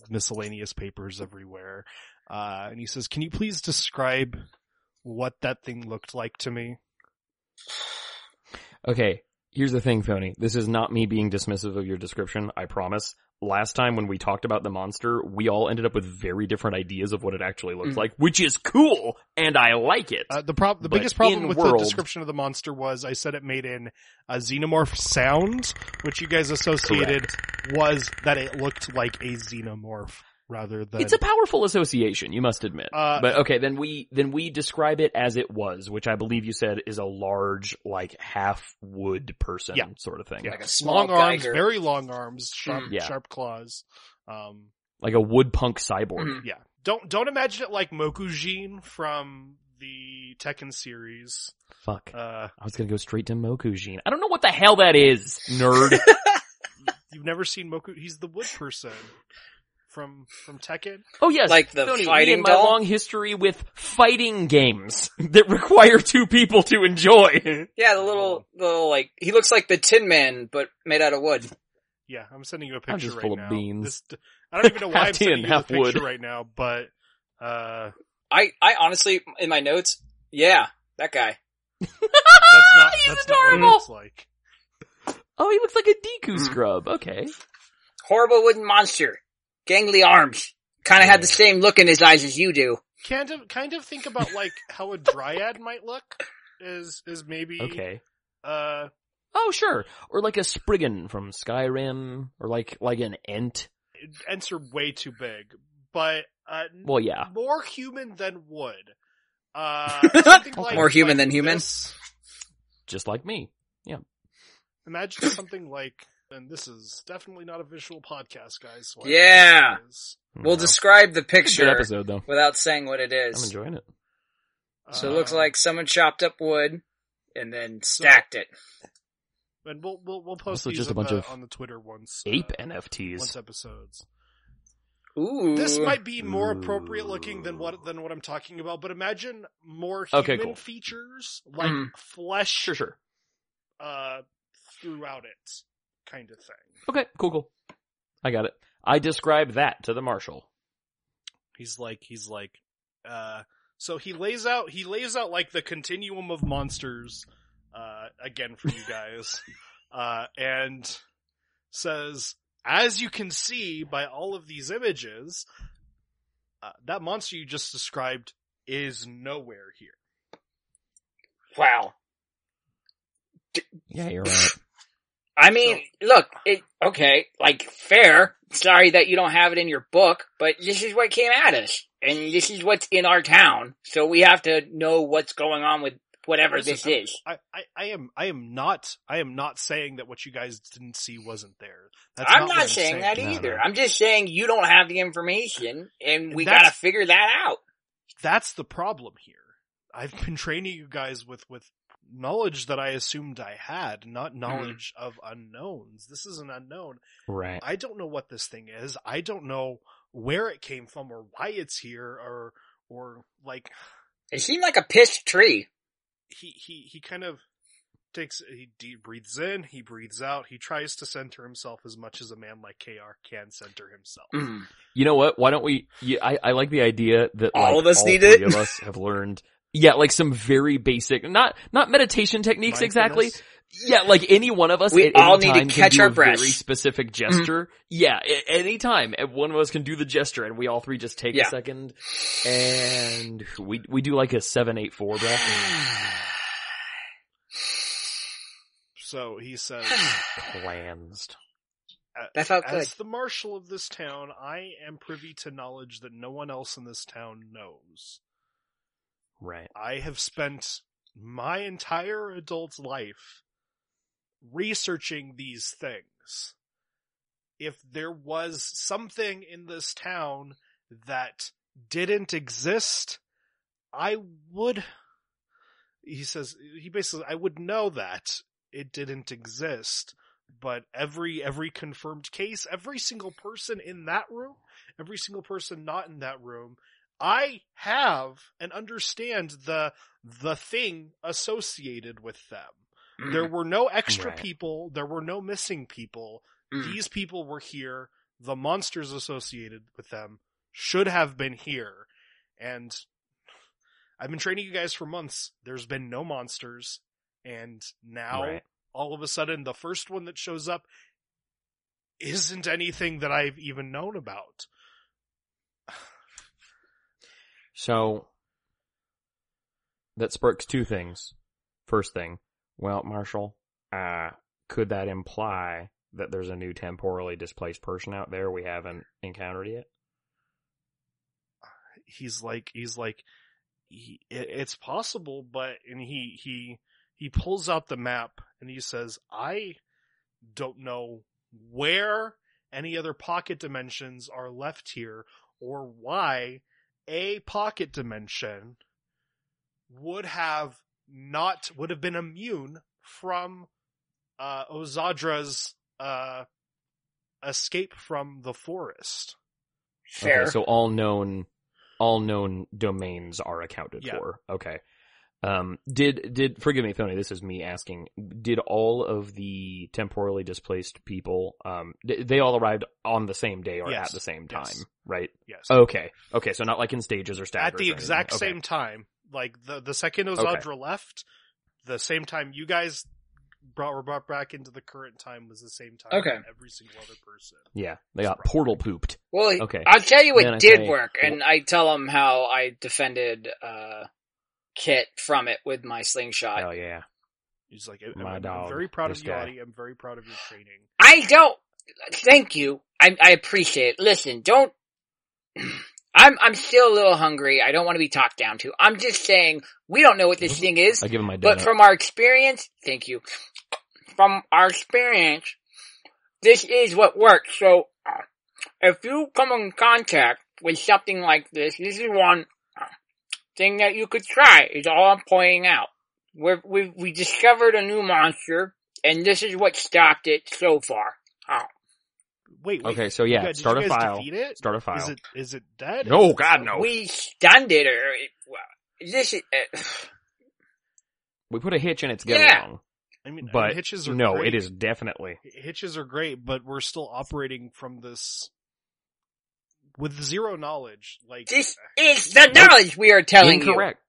miscellaneous papers everywhere. Uh, and he says, "Can you please describe what that thing looked like to me?" Okay. Here's the thing, Phony. This is not me being dismissive of your description, I promise. Last time when we talked about the monster, we all ended up with very different ideas of what it actually looks Mm. like, which is cool, and I like it. Uh, the prob- the But biggest problem in with the world- description of the monster was I said it made in a xenomorph sound, which you guys associated was that it looked like a xenomorph rather than It's a powerful association, you must admit. Uh, but okay, then we then we describe it as it was, which I believe you said is a large, like half wood person Yeah. sort of thing, Yeah. Like a small long arms, Geiger. very long arms, sharp Yeah. sharp claws. Um, like a wood punk cyborg. Mm-hmm. Mhm. yeah, don't don't imagine it like Mokujin from the Tekken series. Fuck, Uh, I was gonna go straight to Mokujin. I don't know what the hell that is, nerd. you've never seen Moku? He's the wood person from from Tekken. oh yes, Like the Tony, fighting me and my doll? long history with fighting games that require two people to enjoy. Yeah, the little, the little like he looks like the Tin Man, but made out of wood. Yeah, I'm sending you a picture just right full of now. beans. This- I don't even know why I'm Half sending tin, you half the picture wood. right now, but uh, I, I honestly, in my notes, yeah, that guy. that's not He's that's not what adorable! it looks like. Oh, he looks like a Deku scrub. Okay, Horrible wooden monster. Gangly arms. Kinda had the same look in his eyes as you do. Kind of kind of think about like how a dryad might look is is maybe okay. uh Oh sure, or like a Spriggan from Skyrim, or like like an Ent. ents are way too big, but uh, n- Well, yeah. more human than wood. Uh, something like, More human like than human? this. just like me. Imagine something like, and this is definitely not a visual podcast, guys. so I Yeah. apologize. No. We'll describe the Mm, Good picture episode though. without saying what it I'm is. enjoying it. So it looks Uh, like someone chopped up wood and then stacked it. and we'll we'll, we'll post Also these just a on bunch the, of on the Twitter once uh, Ape once NFTs. episodes. Ooh. This might be more appropriate looking than what than what I'm talking about, but imagine more human Okay, cool. features like Mhm. flesh Sure, sure. uh throughout it kind of thing. Okay, cool, cool. I got it. I describe that to the marshal. He's like he's like uh so he lays out he lays out like the continuum of monsters uh again for you guys. uh and says as you can see by all of these images uh, that monster you just described is nowhere here. Wow. Yeah, you're right. I mean, look, it, okay, like, fair. Sorry that you don't have it in your book, but this is what came at us. And this is what's in our town. So we have to know what's going on with whatever Listen, this I'm- is. I, I, I am I am not I am not saying that what you guys didn't see wasn't there. That's I'm what not saying that No, either. no. I'm just saying you don't have the information and we That's- gotta figure that out. That's the problem here. I've been training you guys with with knowledge that I assumed I had, not knowledge of unknowns. This is an unknown. Right. I don't know what this thing is. I don't know where it came from or why it's here or or like It seemed like a pissed tree. he he he kind of takes he deep breathes in, he breathes out. He tries to center himself as much as a man like KR can center himself. Hmm. Mm. You know what? Why don't we? Yeah, I, I like the idea that All like, of us all need three it. Of us have learned. Yeah, like some very basic, not not meditation techniques exactly. Mindfulness. Yeah, like any one of us, We at any all need to time can catch do our a breath. Mm. Very specific gesture. Yeah, at any time, and one of us can do the gesture, and we all three just take Yeah. a second, and we we do like a seven eight four breath. So he says, Cleansed. That felt good. As the marshal of this town, I am privy to knowledge that no one else in this town knows. Right. I have spent my entire adult life researching these things. If there was something in this town that didn't exist, I would. He says, he basically, I would know that it didn't exist, but every, every confirmed case, every single person in that room, every single person not in that room, I have and understand the the thing associated with them. Mm. There were no extra Hmm. Right. Hmm. people, there were no missing people. Mm. These people were here. The monsters associated with them should have been here. And I've been training you guys for months. There's been no monsters and now Right. all of a sudden the first one that shows up isn't anything that I've even known about. So that sparks two things. First thing, well, Marshall, uh, could that imply that there's a new temporally displaced person out there we haven't encountered yet? He's like, he's like, he, it, it's possible, but, and he, he, he pulls out the map and he says, I don't know where any other pocket dimensions are left here or why a pocket dimension would have not would have been immune from uh Ozadra's uh escape from the forest. Fair. Okay, so all known, all known domains are accounted Yeah. for. Okay. Um, did, did, forgive me, Tony, this is me asking, did all of the temporally displaced people, um, d- they all arrived on the same day or Yes. at the same time, Yes. right? Yes. Okay. Okay. So not like in stages or staggered. At the exact same time. Like the the second Ozadra left, the same time you guys brought were brought back into the current time was the same time Okay. for every single other person. Yeah. They got portal pooped. Well, Okay. I'll tell you Then I what did say- work. and I tell him how I defended uh, Kit from it with my slingshot. Hell yeah. He's like, I'm, My I'm dog, very proud this of you, guy. Adi. I'm very proud of your training. I don't. Thank you. I, I appreciate it. Listen, don't. I'm I'm still a little hungry. I don't want to be talked down to. I'm just saying we don't know what Mm-hmm. this thing is, I give him my but donut. from our experience, thank you. From our experience, this is what works. So, uh, if you come in contact with something like this, this is one uh, thing that you could try. Is all I'm pointing out. We're, we we discovered a new monster, and this is what stopped it so far. Uh, Wait, wait. okay. So you yeah, guys- did start you a guys file. Defeat it? Start a file. Is it is it dead? No, Is it Oh, God, no. We stunned it, or it, well, this is uh, we put a hitch in its get Yeah. along, I mean, I mean, but hitches are no, great. it is definitely. hitches are great, but we're still operating from this with zero knowledge. Like this is the knowledge we are telling Incorrect.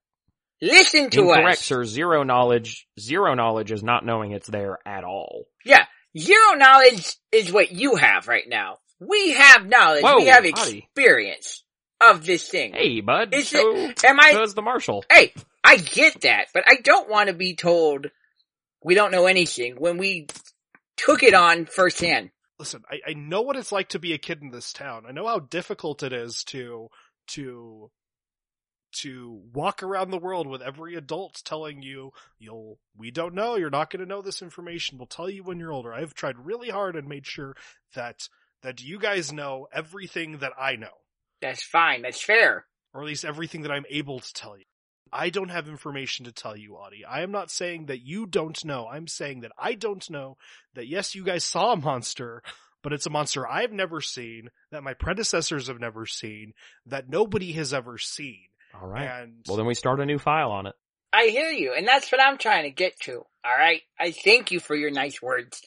you. Listen to Incorrect, us. sir. Zero knowledge. Zero knowledge is not knowing it's there at all. Yeah, zero knowledge is what you have right now. We have knowledge. Whoa, we have Adi. experience of this thing. Hey, bud. Is so Am I? does the marshal. Hey, I get that, but I don't want to be told we don't know anything when we took it on firsthand. listen, I, I know what it's like to be a kid in this town. I know how difficult it is to to to walk around the world with every adult telling you you'll we don't know, you're not going to know this information. We'll tell you when you're older. I've tried really hard and made sure that that you guys know everything that I know, That's fine. That's fair. or at least everything that I'm able to tell you. I don't have information to tell you, Audie. I am not saying that you don't know. I'm saying that I don't know that yes, you guys saw a monster, but it's a monster I've never seen, that my predecessors have never seen, that nobody has ever seen. All right. And Well, then we start a new file on it. I hear you, and that's what I'm trying to get to. All right. I thank you for your nice words.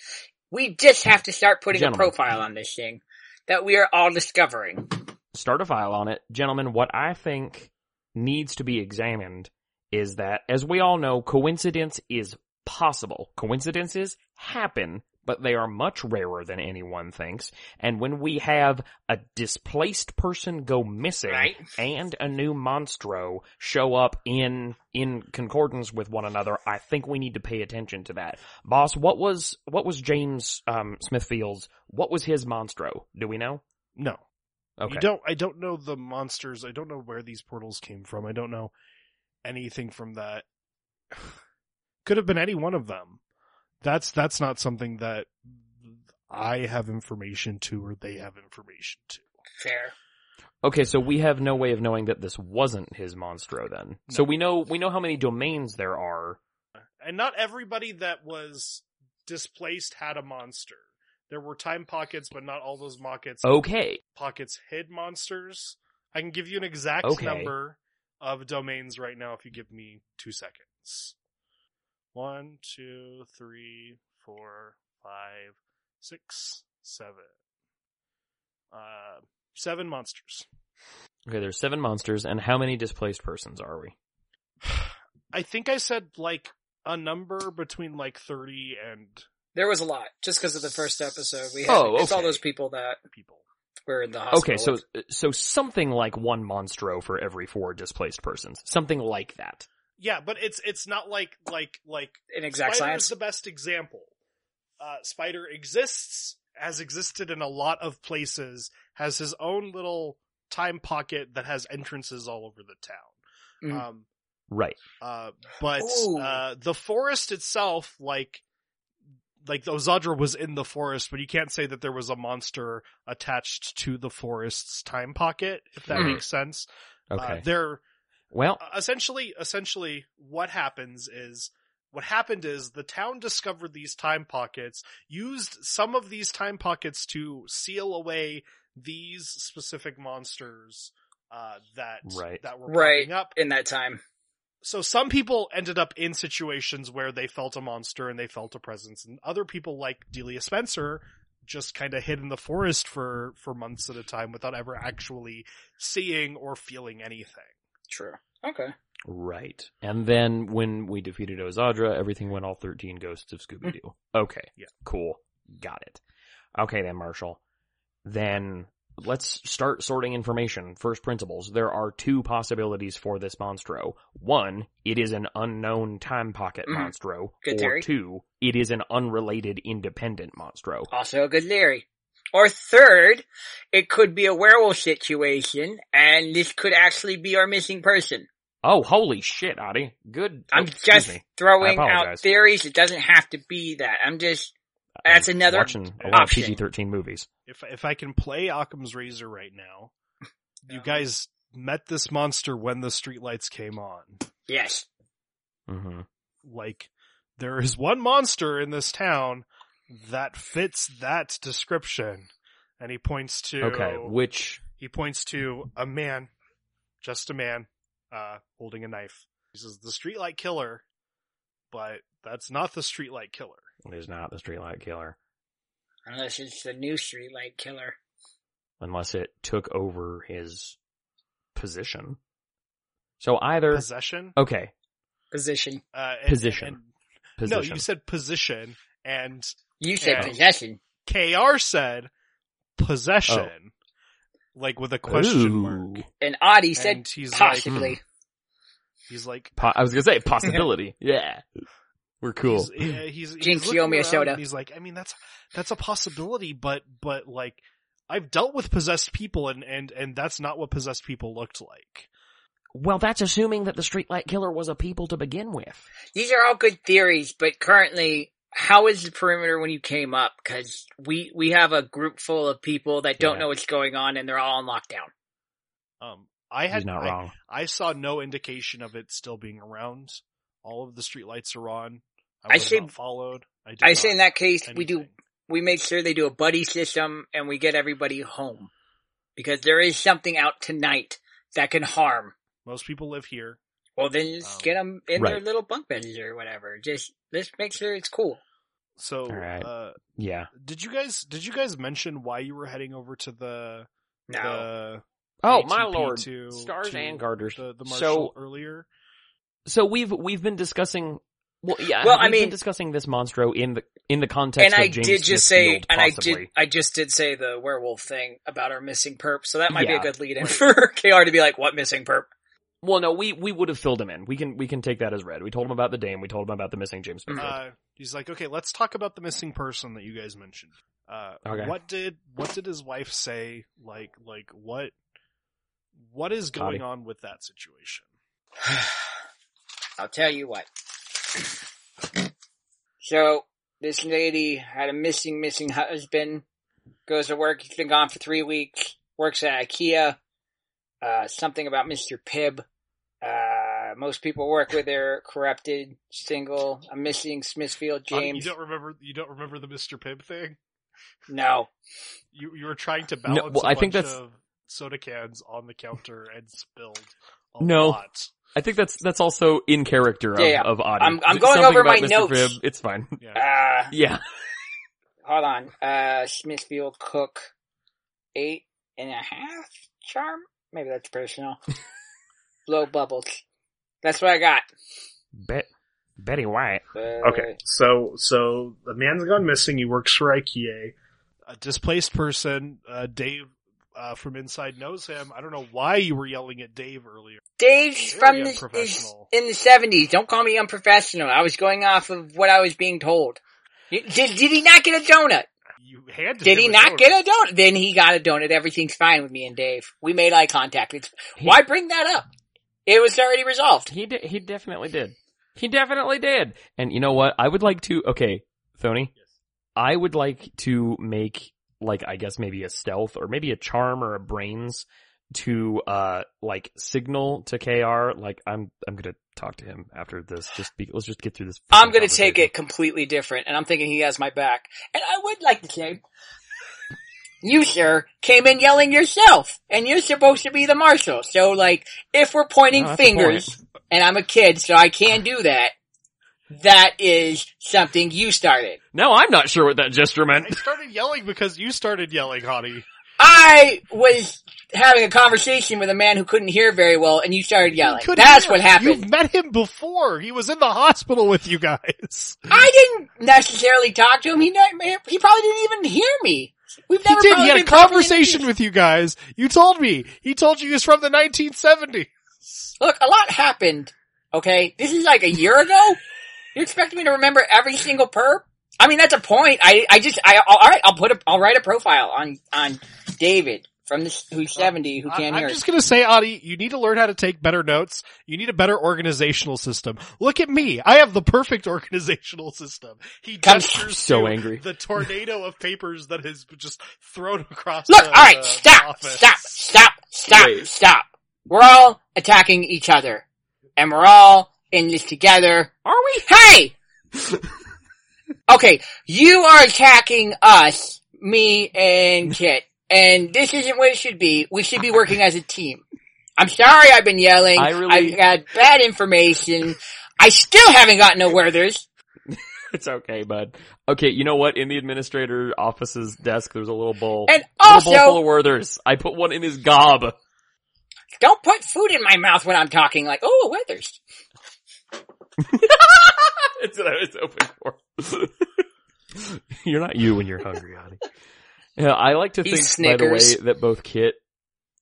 We just have to start putting Gentlemen. a profile on this thing that we are all discovering. start a file on it. Gentlemen, what I think needs to be examined is that, as we all know, coincidence is possible. Coincidences happen, but they are much rarer than anyone thinks. And when we have a displaced person go missing Right. and a new monstro show up in, in concordance with one another, I think we need to pay attention to that. Boss, what was, what was James, um, Smithfield's, what was his monstro? Do we know? no, Okay. you don't, I don't know the monsters. I don't know where these portals came from. I don't know anything from that. Could have been any one of them. That's, that's not something that I have information to or they have information to. Fair. Okay, so we have no way of knowing that this wasn't his monstro then. So No. we know we know how many domains there are. and not everybody that was displaced had a monster. There were time pockets, but not all those pockets Okay. pockets hid monsters. I can give you an exact Okay. number of domains right now if you give me two seconds. One, two, three, four, five, six, seven. Uh, seven monsters. Okay, there's seven monsters and how many displaced persons are we? I think I said like a number between like 30 and There was a lot just because of the first episode. We had, Oh, it's all okay. those people that people. were in the hospital. Okay, so with. so something like one monstro for every four displaced persons, something like that. Yeah, but it's it's not like like like in exact Spider science, is the best example. Uh, Spider exists, has existed in a lot of places, has his own little time pocket that has entrances all over the town. Mhm. Um, Right. uh, but Ooh. uh, the forest itself, like like Ozadra was in the forest, but you can't say that there was a monster attached to the forest's time pocket, if that Mhm. makes sense. Okay. Uh, there well, uh, essentially essentially what happens is what happened is the town discovered these time pockets used some of these time pockets to seal away these specific monsters uh that Right. that were Right. popping up in that time. so some people ended up in situations where they felt a monster and they felt a presence and other people like Delia Spencer just kind of hid in the forest for for months at a time without ever actually seeing or feeling anything True. Okay. right. And then when we defeated Ozadra, everything went all thirteen ghosts of Scooby Doo. Mm-hmm. Okay. Yeah. Cool. Got it. Okay then, Marshall. Then let's start sorting information. First principles. There are two possibilities for this monstro. One, it is an unknown time pocket Mm-hmm. Mhm. monstro. Good or theory. two, it is an unrelated independent monstro. Also a good Larry. Or third, it could be a werewolf situation, and this could actually be our missing person. Oh, holy shit, Adi. Good. I'm oh, excuse just me. throwing I out apologize. theories. It doesn't have to be that. I'm just, that's I'm another watching a lot of option. PG-13 movies. if if I can play Occam's Razor right now, you Yeah. guys met this monster when the streetlights came on. yes. hmm Like there is one monster in this town that fits that description, and he points to Okay, which he points to a man, just a man, uh, holding a knife. He says the streetlight killer, but that's not the streetlight killer. is not the Streetlight Killer, Unless it's the new streetlight killer. unless it took over his position. So either, Possession, okay, Position. uh, and- Position. and- position. No, you said position, and You said Yeah. possession. KR said possession, like with a question mark. Oh. Ooh. And Audie said and he's like, Hmm. possibly. he's like, Po- I was gonna say possibility. yeah. We're cool. he's, yeah, he's, he's Jinx, looking you owe me a around soda. and He's like, I mean, that's, that's a possibility, but, but like, I've dealt with possessed people and, and, and that's not what possessed people looked like. well, that's assuming that the Streetlight Killer was a people to begin with. These are all good theories, but currently, how is the perimeter when you came up? Because we we have a group full of people that don't Yeah. know what's going on, and they're all on lockdown. Um, I had, He's not I- wrong. I saw no indication of it still being around. All of the streetlights are on. I I was say- not followed. I, did I say not in that case, we do anything. we make sure they do a buddy system, and we get everybody home because there is something out tonight that can harm. Most people live here. Well, then just Um, get them in their right. little bunk beds or whatever. Just let's make sure it's cool. So, All right. uh, Yeah. Did you guys did you guys mention why you were heading over to the No. the Oh ATP my lord. to, Stars to and garters. the, the So- marshal earlier? So we've we've been discussing. Well, yeah. Well, we've I mean- been discussing this monstro in the in the And context. I of James did just say, Smithfield, and I did, possibly. I just did say the werewolf thing about our missing perp, so that might be Yeah. a good lead in for KR to be like, what missing perp? Well, no, we we would have filled him in. We can we can take that as read. We told him about the dame. We told him about the missing James Hmm. Smithfield. Uh, he's like, okay, let's talk about the missing person that you guys mentioned. Uh, Okay. What did what did his wife say? Like like what what is Howdy. going on with that situation? I'll tell you what. So this lady had a missing, missing husband. Goes to work. He's been gone for three weeks. Works at IKEA. Uh, something about Mister Pibb. Uh, most people work with their corrupted, single, a missing Smithfield Howdy, James. you don't remember you don't remember the Mr. Pibb thing? No, You you were trying to balance well, a I think bunch that's- of soda cans on the counter and spilled a No. lot. I think that's that's also in character of Yeah, yeah. of Audie. I'm- I'm Th- going something over about my Mr. notes. Pibb, It's fine. Yeah. uh, Yeah, hold on. Uh, Smithfield Cook, eight and a half charm. Maybe that's personal. Blow bubbles. That's what I got. bet Betty White. Okay, so so the man's gone missing. He works for IKEA. A displaced person. Uh, Dave uh, from inside knows him. I don't know why you were yelling at Dave earlier. Dave's Very from the, is unprofessional. in the seventies. Don't call me unprofessional. I was going off of what I was being told. Did, did he not get a donut? You had to. Did he not get a donut? Then he got a donut. Everything's fine with me and Dave. We made eye contact. It's, He- why bring that up? It was already resolved. He de- he definitely did. He definitely did. And you know what? I would like to. Okay, Thony. I would like to make like I guess maybe a stealth or maybe a charm or a brains to uh like signal to Kr. Like I'm I'm gonna talk to him after this. Just be, let's just get through this. I'm freaking going to take conversation. it completely different, and I'm thinking he has my back. And I would like to say, you sir came in yelling yourself, and you're supposed to be the marshal. So, like, if we're pointing No, that's a fingers, and I'm a kid, so I can do that. That is something you started. No, I'm not sure what that gesture I meant. started yelling because you started yelling, honey. I was having a conversation with a man who couldn't hear very well, and you started yelling. He couldn't That's hear. what happened. You've met him before. He was in the hospital with you guys. I didn't necessarily talk to him. He ne- he probably didn't even hear me. We've He never did. probably He had a been properly conversation introduced. with you guys. You told me. He told you he was from the 1970s. Look, a lot happened. Okay, this is like a year ago. You expect me to remember every single perp? I mean, that's a point. I I just I all right. I'll put a I'll write a profile on on David from this who's seventy who can't I, hear. am just gonna say, Adi, you need to learn how to take better notes. You need a better organizational system. Look at me. I have the perfect organizational system. He I'm gestures so to angry. the tornado of papers that is just thrown across. Look, the, all right, Uh, the stop, office. stop, stop, stop, Wait. stop. We're all attacking each other, and we're all in this together. Are we? Hey, okay, you are attacking us, me and Kit, and this isn't what it should be. We should be working as a team. I'm sorry, I've been yelling. I really- I've got bad information. I still haven't gotten no Werther's. It's okay, bud. Okay, you know what? In the administrator office's desk, there's a little bowl. And Little bowl full also, of Werthers. I put one in his gob. don't put food in my mouth when I'm talking like, oh, Werther's. That's what I was hoping for. you're not you when you're hungry, honey. Yeah, I like to Eat think, by the way, Snickers. that both Kit,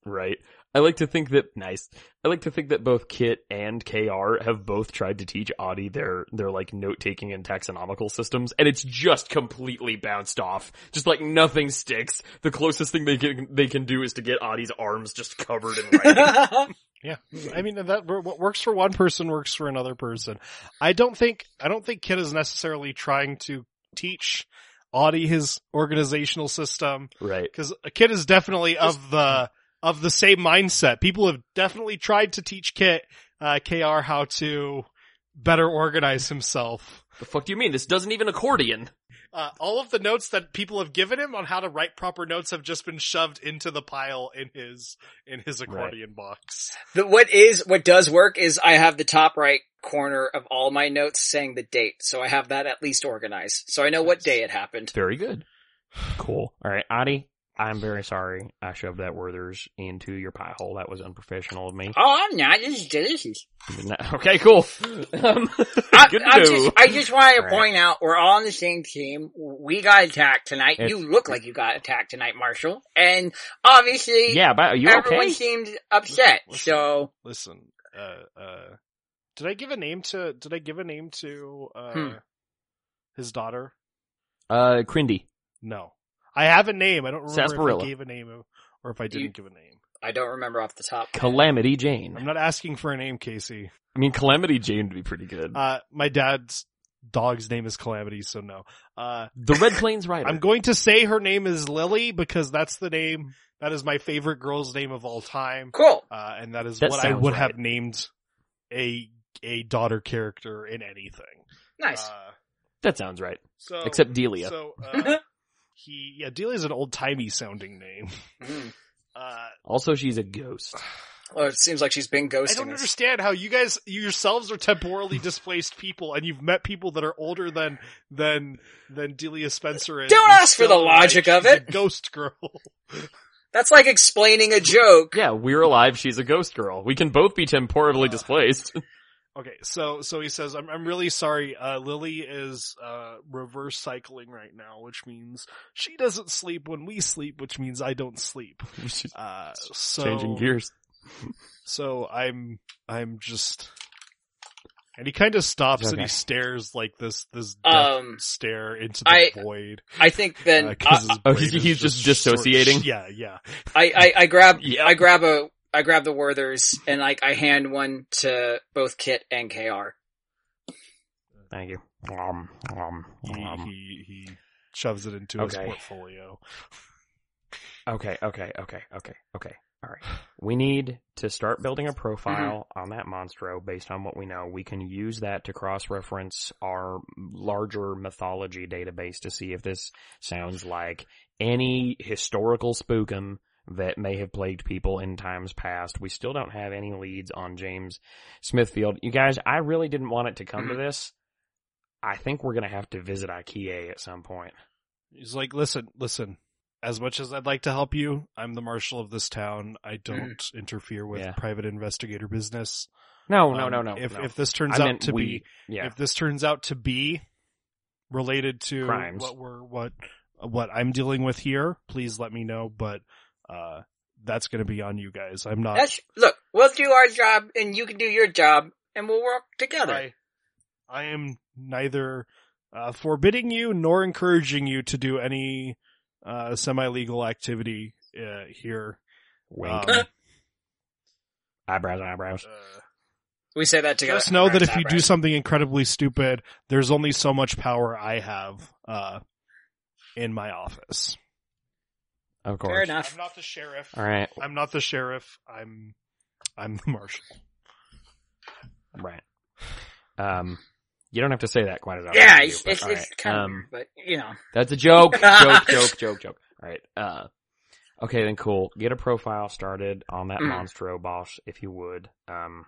right? I like to think that nice. I like to think that both Kit and Kr have both tried to teach Audie their their like note taking and taxonomical systems, and it's just completely bounced off. Just like nothing sticks. The closest thing they can they can do is to get Audie's arms just covered in writing. Yeah, I mean that what works for one person works for another person. I don't think I don't think Kid is necessarily trying to teach Audie his organizational system. right. because Kit is definitely of the of the same mindset. People have definitely tried to teach Kit uh, Kr how to better organize himself. The fuck do you mean? This doesn't even accordion. Uh, all of the notes that people have given him on how to write proper notes have just been shoved into the pile in his in his accordion box. The, what is what does work is I have the top right corner of all my notes saying the date, so I have that at least organized, so I know what day it happened. Very good. Cool. All right, Adi, I'm very sorry I shoved that Werther's into your pie hole. That was unprofessional of me. Oh, I'm not. This is delicious. Okay, cool. Um, I, good to I'm know. just, I just wanted to Right. point out we're all on the same team. We got attacked tonight. It's- you look like you got attacked tonight, Marshall. And obviously, yeah, but are you everyone okay? seemed upset. Listen. So Listen, uh, uh, did I give a name to? Did I give a name to uh, Hmm. his daughter? Uh, Crindy. No, I have a name. I don't remember if Sarsaparilla. I gave a name or if I didn't You- give a name. I don't remember off the top. Calamity I'm Jane. not asking for a name, Casey. I mean, Calamity Jane would be pretty good. Uh, my dad's dog's name is Calamity, so no. Uh, the Red Plains Rider. I'm going to say her name is Lily because that's the name, that is my favorite girl's name of all time. cool. Uh, and that is That what I sounds would right. have named a, a daughter character in anything. Nice. Uh, that sounds right. so, Except Delia. So, uh, he, yeah, Delia's an old timey sounding name. Mhm. Uh, also, she's a ghost. Well, it seems like she's been ghosting I don't us. understand how you guys you yourselves are temporally displaced people, and you've met people that are older than than than Delia Spencer is. Don't You ask for still the logic like, of she's a it. Ghost girl. That's like explaining a joke. Yeah, we're alive. She's a ghost girl. We can both be temporally displaced. Okay, so so he says, "I'm I'm really sorry. Uh, Lily is uh reverse cycling right now, which means she doesn't sleep when we sleep, which means I don't sleep. Uh, so Changing gears. So I'm I'm just." And he kind of stops and Okay. he stares like this this death Um, stare into the I- void. I think then uh, 'cause I, his oh, brain he's- is he's just sort of- dissociating? Yeah, yeah. I, I, I grab Yeah. I grab a I grab the Werthers and like I hand one to both Kit and Kr. Thank you. Um, um, He, um. he he shoves it into his Okay. portfolio. Okay, okay, okay, okay, okay. All right. We need to start building Mm-hmm. a profile on that monstro based on what we know. We can use that to cross-reference our larger mythology database to see if this sounds like any historical spookum that may have plagued people in times past. We still don't have any leads on James Smithfield. You guys, I really didn't want it to come to Mm-hmm. this. I think we're gonna have to visit IKEA at some point. He's like, listen, listen. As much as I'd like to help you, I'm the marshal of this town. I don't interfere with Hmm. Yeah. private investigator business. No, no, Um, no, no. If no. if this turns I out meant to we, be yeah. if this turns out to be related to Crimes. what we're what what I'm dealing with here, please let me know. But uh, that's going to be on you guys. I'm not. That's, look, we'll do our job and you can do your job and we'll work together. I, I am neither uh, forbidding you nor encouraging you to do any uh, semi-legal activity uh, here. Wink. Um, uh, eyebrows, eyebrows. We say that together. just know that if you do Eyebrows. something incredibly stupid, there's only so much power I have uh, in my office. Of fair course. enough. not the sheriff. All right, I'm not the sheriff. I'm I'm the marshal. right. Um, you don't have to say that quite as often. Yeah, as you it's, do, it's, but it's alright. kind of Um, weird, but you know. That's a joke, joke, joke, joke, joke. All right. Uh, okay, then cool. Get a profile started on that Mm. Monstro boss, if you would. Um,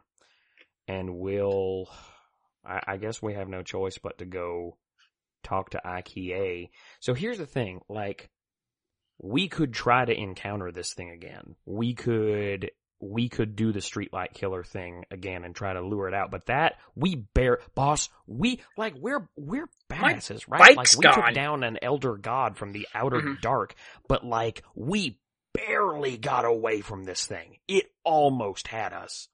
and we'll, I, I guess we have no choice but to go talk to IKEA. So here's the thing, like, we could try to encounter this thing again. We could, we could do the streetlight killer thing again and try to lure it out. But that, we bear, boss, we, like, we're, we're My badasses, right? Like, bike's we took gone. down an elder god from the outer Mhm. dark, but like, we barely got away from this thing. It almost had us.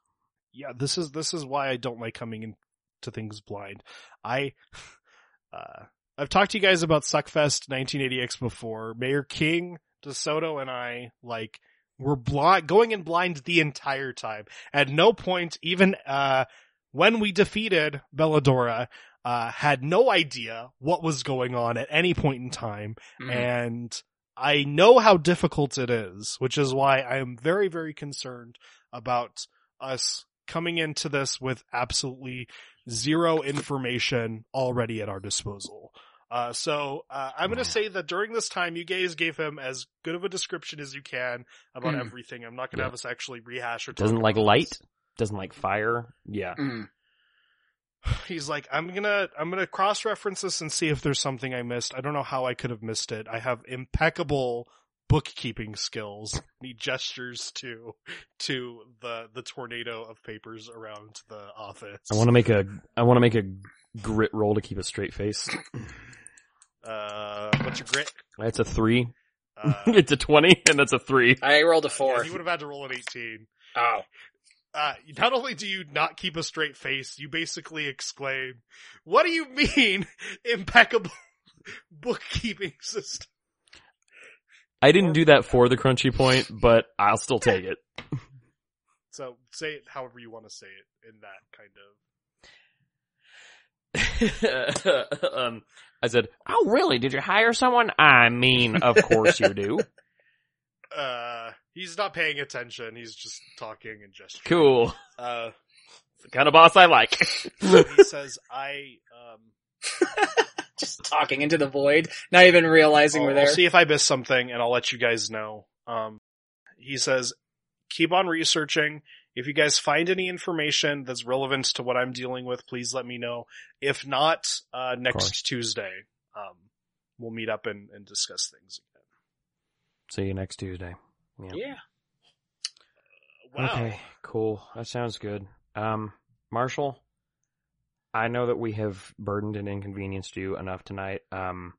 yeah this is this is why i don't like coming into things blind i uh i've talked to you guys about suckfest 1980x before mayor king desoto and i like were blind going in blind the entire time at no point even uh when we defeated belladora uh had no idea what was going on at any point in time Mm-hmm. Mm. and I know how difficult it is, which is why I am very, very concerned about us coming into this with absolutely zero information already at our disposal. Uh, so, uh, I'm gonna say that during this time, you guys gave him as good of a description as you can about Mm. everything. I'm not gonna Hmm. Yeah. have us actually rehash or talk Doesn't like about light. this Doesn't like fire. Yeah. Mm. he's like i'm gonna i'm gonna cross reference this and see if there's something i missed i don't know how i could have missed it i have impeccable bookkeeping skills And he gestures to to the the tornado of papers around the office I want to make a, I want to make a grit roll to keep a straight face. uh what's your grit That's a three. uh it's a 20 and that's a three. I rolled a four. yeah, you would have had to roll an 18 oh, uh not only do you not keep a straight face you basically exclaim what do you mean impeccable bookkeeping system I didn't do that for the crunchy point, but I'll still take it. So say it however you want to say it in that kind of. um, I said, "Oh, really? Did you hire someone?" I mean, of course you do. Uh, he's not paying attention. He's just talking and gesturing. Cool, Uh, It's the kind of boss I like. he says, "I um, just talking into the void, not even realizing I'll, we're I'll there. Oh, see if I missed something, and I'll let you guys know." Um, he says, "Keep on researching. If you guys find any information that's relevant to what I'm dealing with, please let me know. If not, uh, course. next Tuesday, um, we'll meet up and, and discuss things See you next Tuesday. yeah. again." Wow. Okay, cool. That sounds good. Um, Marshall, I know that we have burdened and inconvenienced you enough tonight. Um,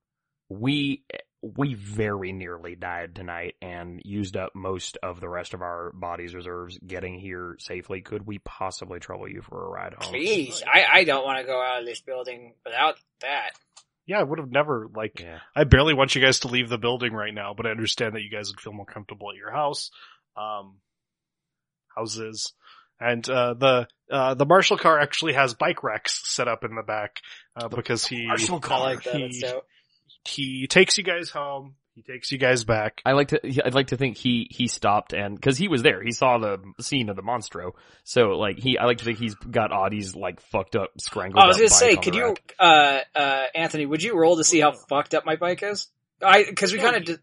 we we very nearly died tonight and used up most of the rest of our body's reserves getting here safely. Could we possibly trouble you for a ride home? Oh, Please, yeah. I, I don't want to go out of this building without that. Yeah, I would have never like. Yeah. I barely want you guys to leave the building right now, but I understand that you guys would feel more comfortable at your house, um, houses, and uh, the uh, the marshal car actually has bike racks set up in the back uh, because he Marshal I like that. He, That's dope. he takes you guys home. He takes you guys back. I like to, I'd like to think he, he stopped and, cause he was there, he saw the scene of the monstro. So like he, I like to think he's got Audie's like fucked up, Oh, scrangled I was up bike gonna say, on could the you, rack. uh, uh, Anthony, would you roll to see how fucked up my bike is? I because we No, kind of you- did.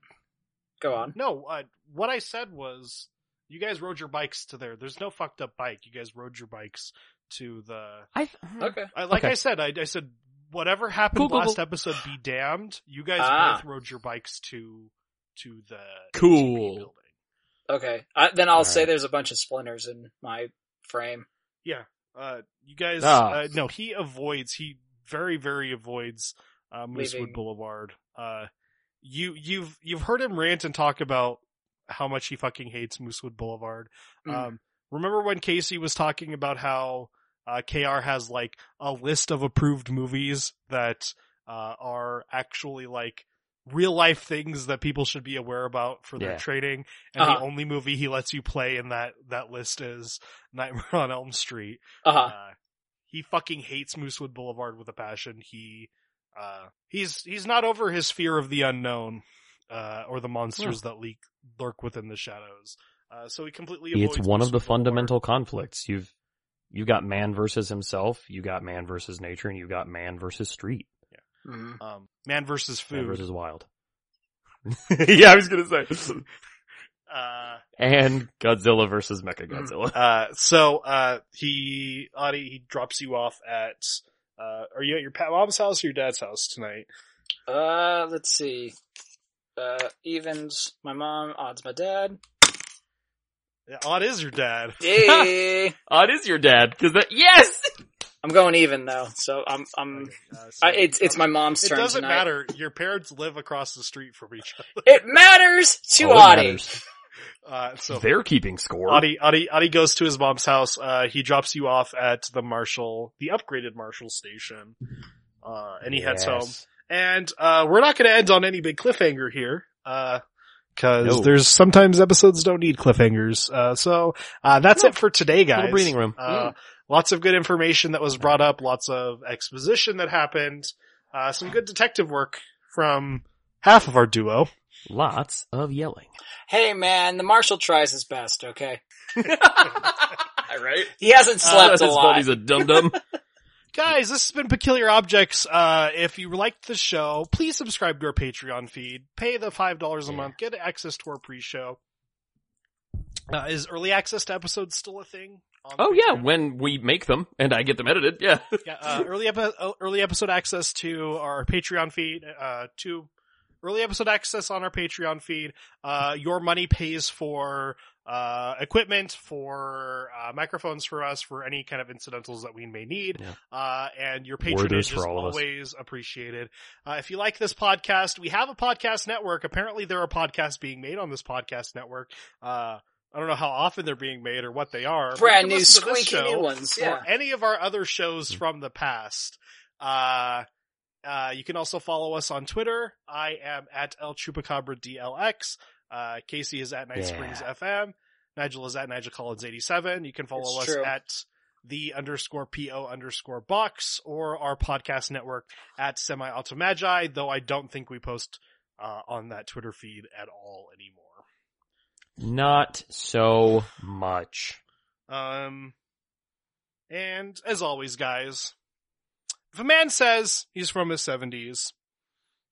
Go on. No, uh, what I said was you guys rode your bikes to there. There's no fucked up bike. You guys rode your bikes to the. I, th- Mm-hmm. Okay. I, like Okay. I said, I, I said whatever happened Cool, cool, last cool. episode, be damned. You guys Ah. both rode your bikes to to the Cool. ATV building. Okay. I, then I'll All say right. there's a bunch of splinters in my frame. Uh, you guys, Ah. uh, no, he avoids. He very very avoids uh, Moosewood Leaving. Boulevard. Uh, you you've you've heard him rant and talk about how much he fucking hates Moosewood Boulevard. Mm. Um, remember when Casey was talking about how uh, KR has like a list of approved movies that uh, are actually like real life things that people should be aware about for their Yeah. trading, and Uh-huh. the only movie he lets you play in that that list is Nightmare on Elm Street. uh-huh. Uh, he fucking hates Moosewood Boulevard with a passion. He uh, he's he's not over his fear of the unknown uh, or the monsters that leak, lurk within the shadows. Uh, so he completely avoids it's one Moosewood of the Boulevard. fundamental conflicts. You've, you got man versus himself, you got man versus nature, and you got man versus street, Mm-hmm. Mhm. um, man versus food. man versus wild. yeah, I was gonna say. uh, and Godzilla versus Mecha Godzilla. uh, so uh, he Adi he drops you off at. Uh, are you at your pa- mom's house or your dad's house tonight? Uh, let's see. Uh, evens my mom, odds my dad. Yeah, Odd is your dad. Yay! Odd is your dad, cause that, yes! I'm going even though, so I'm I'm. Okay, uh, so- I, it's it's my mom's It turn doesn't tonight. matter. Your parents live across the street from each other. It matters to Oh, it Audie. matters. Uh, so They're keeping score. Adi, Adi, Adi goes to his mom's house. Uh, he drops you off at the Marshall, the upgraded Marshall station. Uh, and he heads home. Yes. And, uh, we're not going to end on any big cliffhanger here. Uh, cause No. there's sometimes episodes don't need cliffhangers. Uh, so, uh, that's it for today, guys. Little breathing room. Mm. Uh, lots of good information that was brought up, lots of exposition that happened, uh, some good detective work from half of our duo. Lots of yelling. Hey man, the marshal tries his best. Okay, Right? Uh, he Uh, hasn't slept a lot. He's a dum dum. Guys, this has been Peculiar Objects. Uh, if you liked the show, please subscribe to our Patreon feed. Pay the five dollars a Yeah. month. Get access to our pre-show. Uh, is early access to episodes still a thing? Um, on Oh yeah, Patreon? when we make them and I get them edited, yeah. yeah. Uh, early epi- uh, early episode access to our Patreon feed. Uh, to early episode access on our Patreon feed. Uh, your money pays for uh equipment for uh microphones for us for any kind of incidentals that we may need Yeah. uh and your Word is patronage for is all of us. always appreciated uh if you like this podcast we have a podcast network apparently there are podcasts being made on this podcast network uh i don't know how often they're being made or what they are but you Brand can new listen to this squeaky new show ones. Yeah. or any of our other shows from the past. Uh, uh, you can also follow us on Twitter. I am at El Chupacabra DLX. Uh, Casey is at Night Yeah. Springs FM. Nigel is at Nigel Collins 87. You can follow It's us true. at the underscore PO underscore box or our podcast network at Semi Automagi, though I don't think we post, uh, on that Twitter feed at all anymore. Not so much. Um, and as always, guys, if a man says he's from his seventies,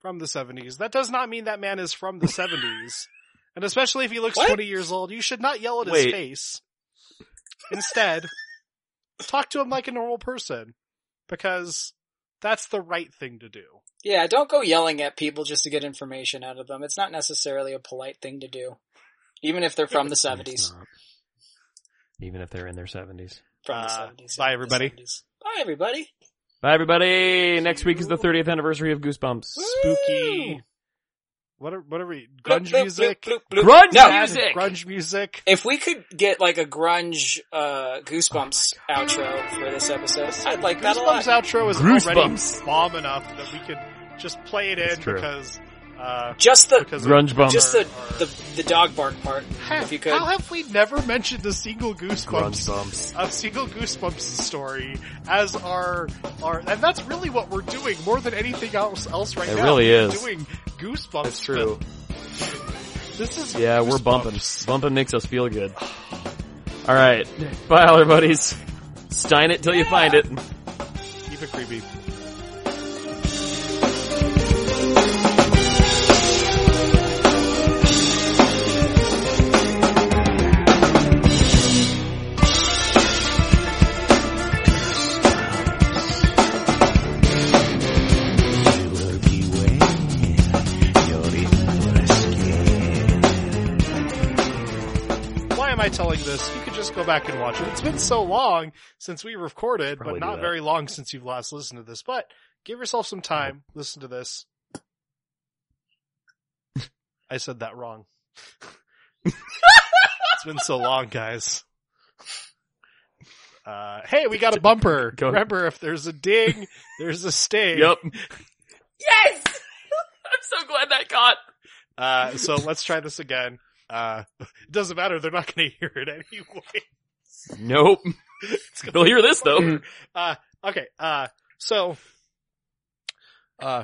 from the seventies, that does not mean that man is from the seventies. And especially if he looks What? twenty years old, you should not yell at Wait. his face. Instead, talk to him like a normal person, because that's the right thing to do. Yeah, don't go yelling at people just to get information out of them. It's not necessarily a polite thing to do, even if they're from the It's seventies. not. Even if they're in their seventies. From Uh, the seventies. bye, everybody. Bye, everybody. Bye, everybody. Next week is the 30th anniversary of Goosebumps. Spooky. What are, what are we? Grunge Bloop, bloop, music? bloop, bloop, bloop. Grunge No. music. Grunge music. If we could get like a grunge uh, Goosebumps outro for this episode, I'd like that a Oh Goosebumps lot. outro is Goosebumps. already bomb enough that we could just play it That's in true. because, uh, Just the because Grunge bump. just the, the the dog bark part. Heck, if you could. How have we never mentioned a single Goosebumps, Grunge bumps. a single Goosebumps story as our our? And that's really what we're doing more than anything else else right It now. really We're is. doing Goosebumps. It's true. This is Yeah, we're Goosebumps. bumping. Bumping makes us feel good. All right. Bye, all our buddies. Stein it till you find it. Keep it creepy. Why am I telling this? You could just go back and watch it. It's been so long since we recorded, Probably but not do that. very long since you've last listened to this. But give yourself some time. Listen to this. I said that wrong. it's been so long, guys. Uh, hey, we got a bumper. Go- Remember, if there's a ding, there's a sting. Yep. Yes! I'm so glad that got. Uh, so let's try this again. Uh, it doesn't matter. They're not going to hear it anyway. Nope. It's gonna Mm. They'll hear this though. Uh, okay. Uh, so, uh,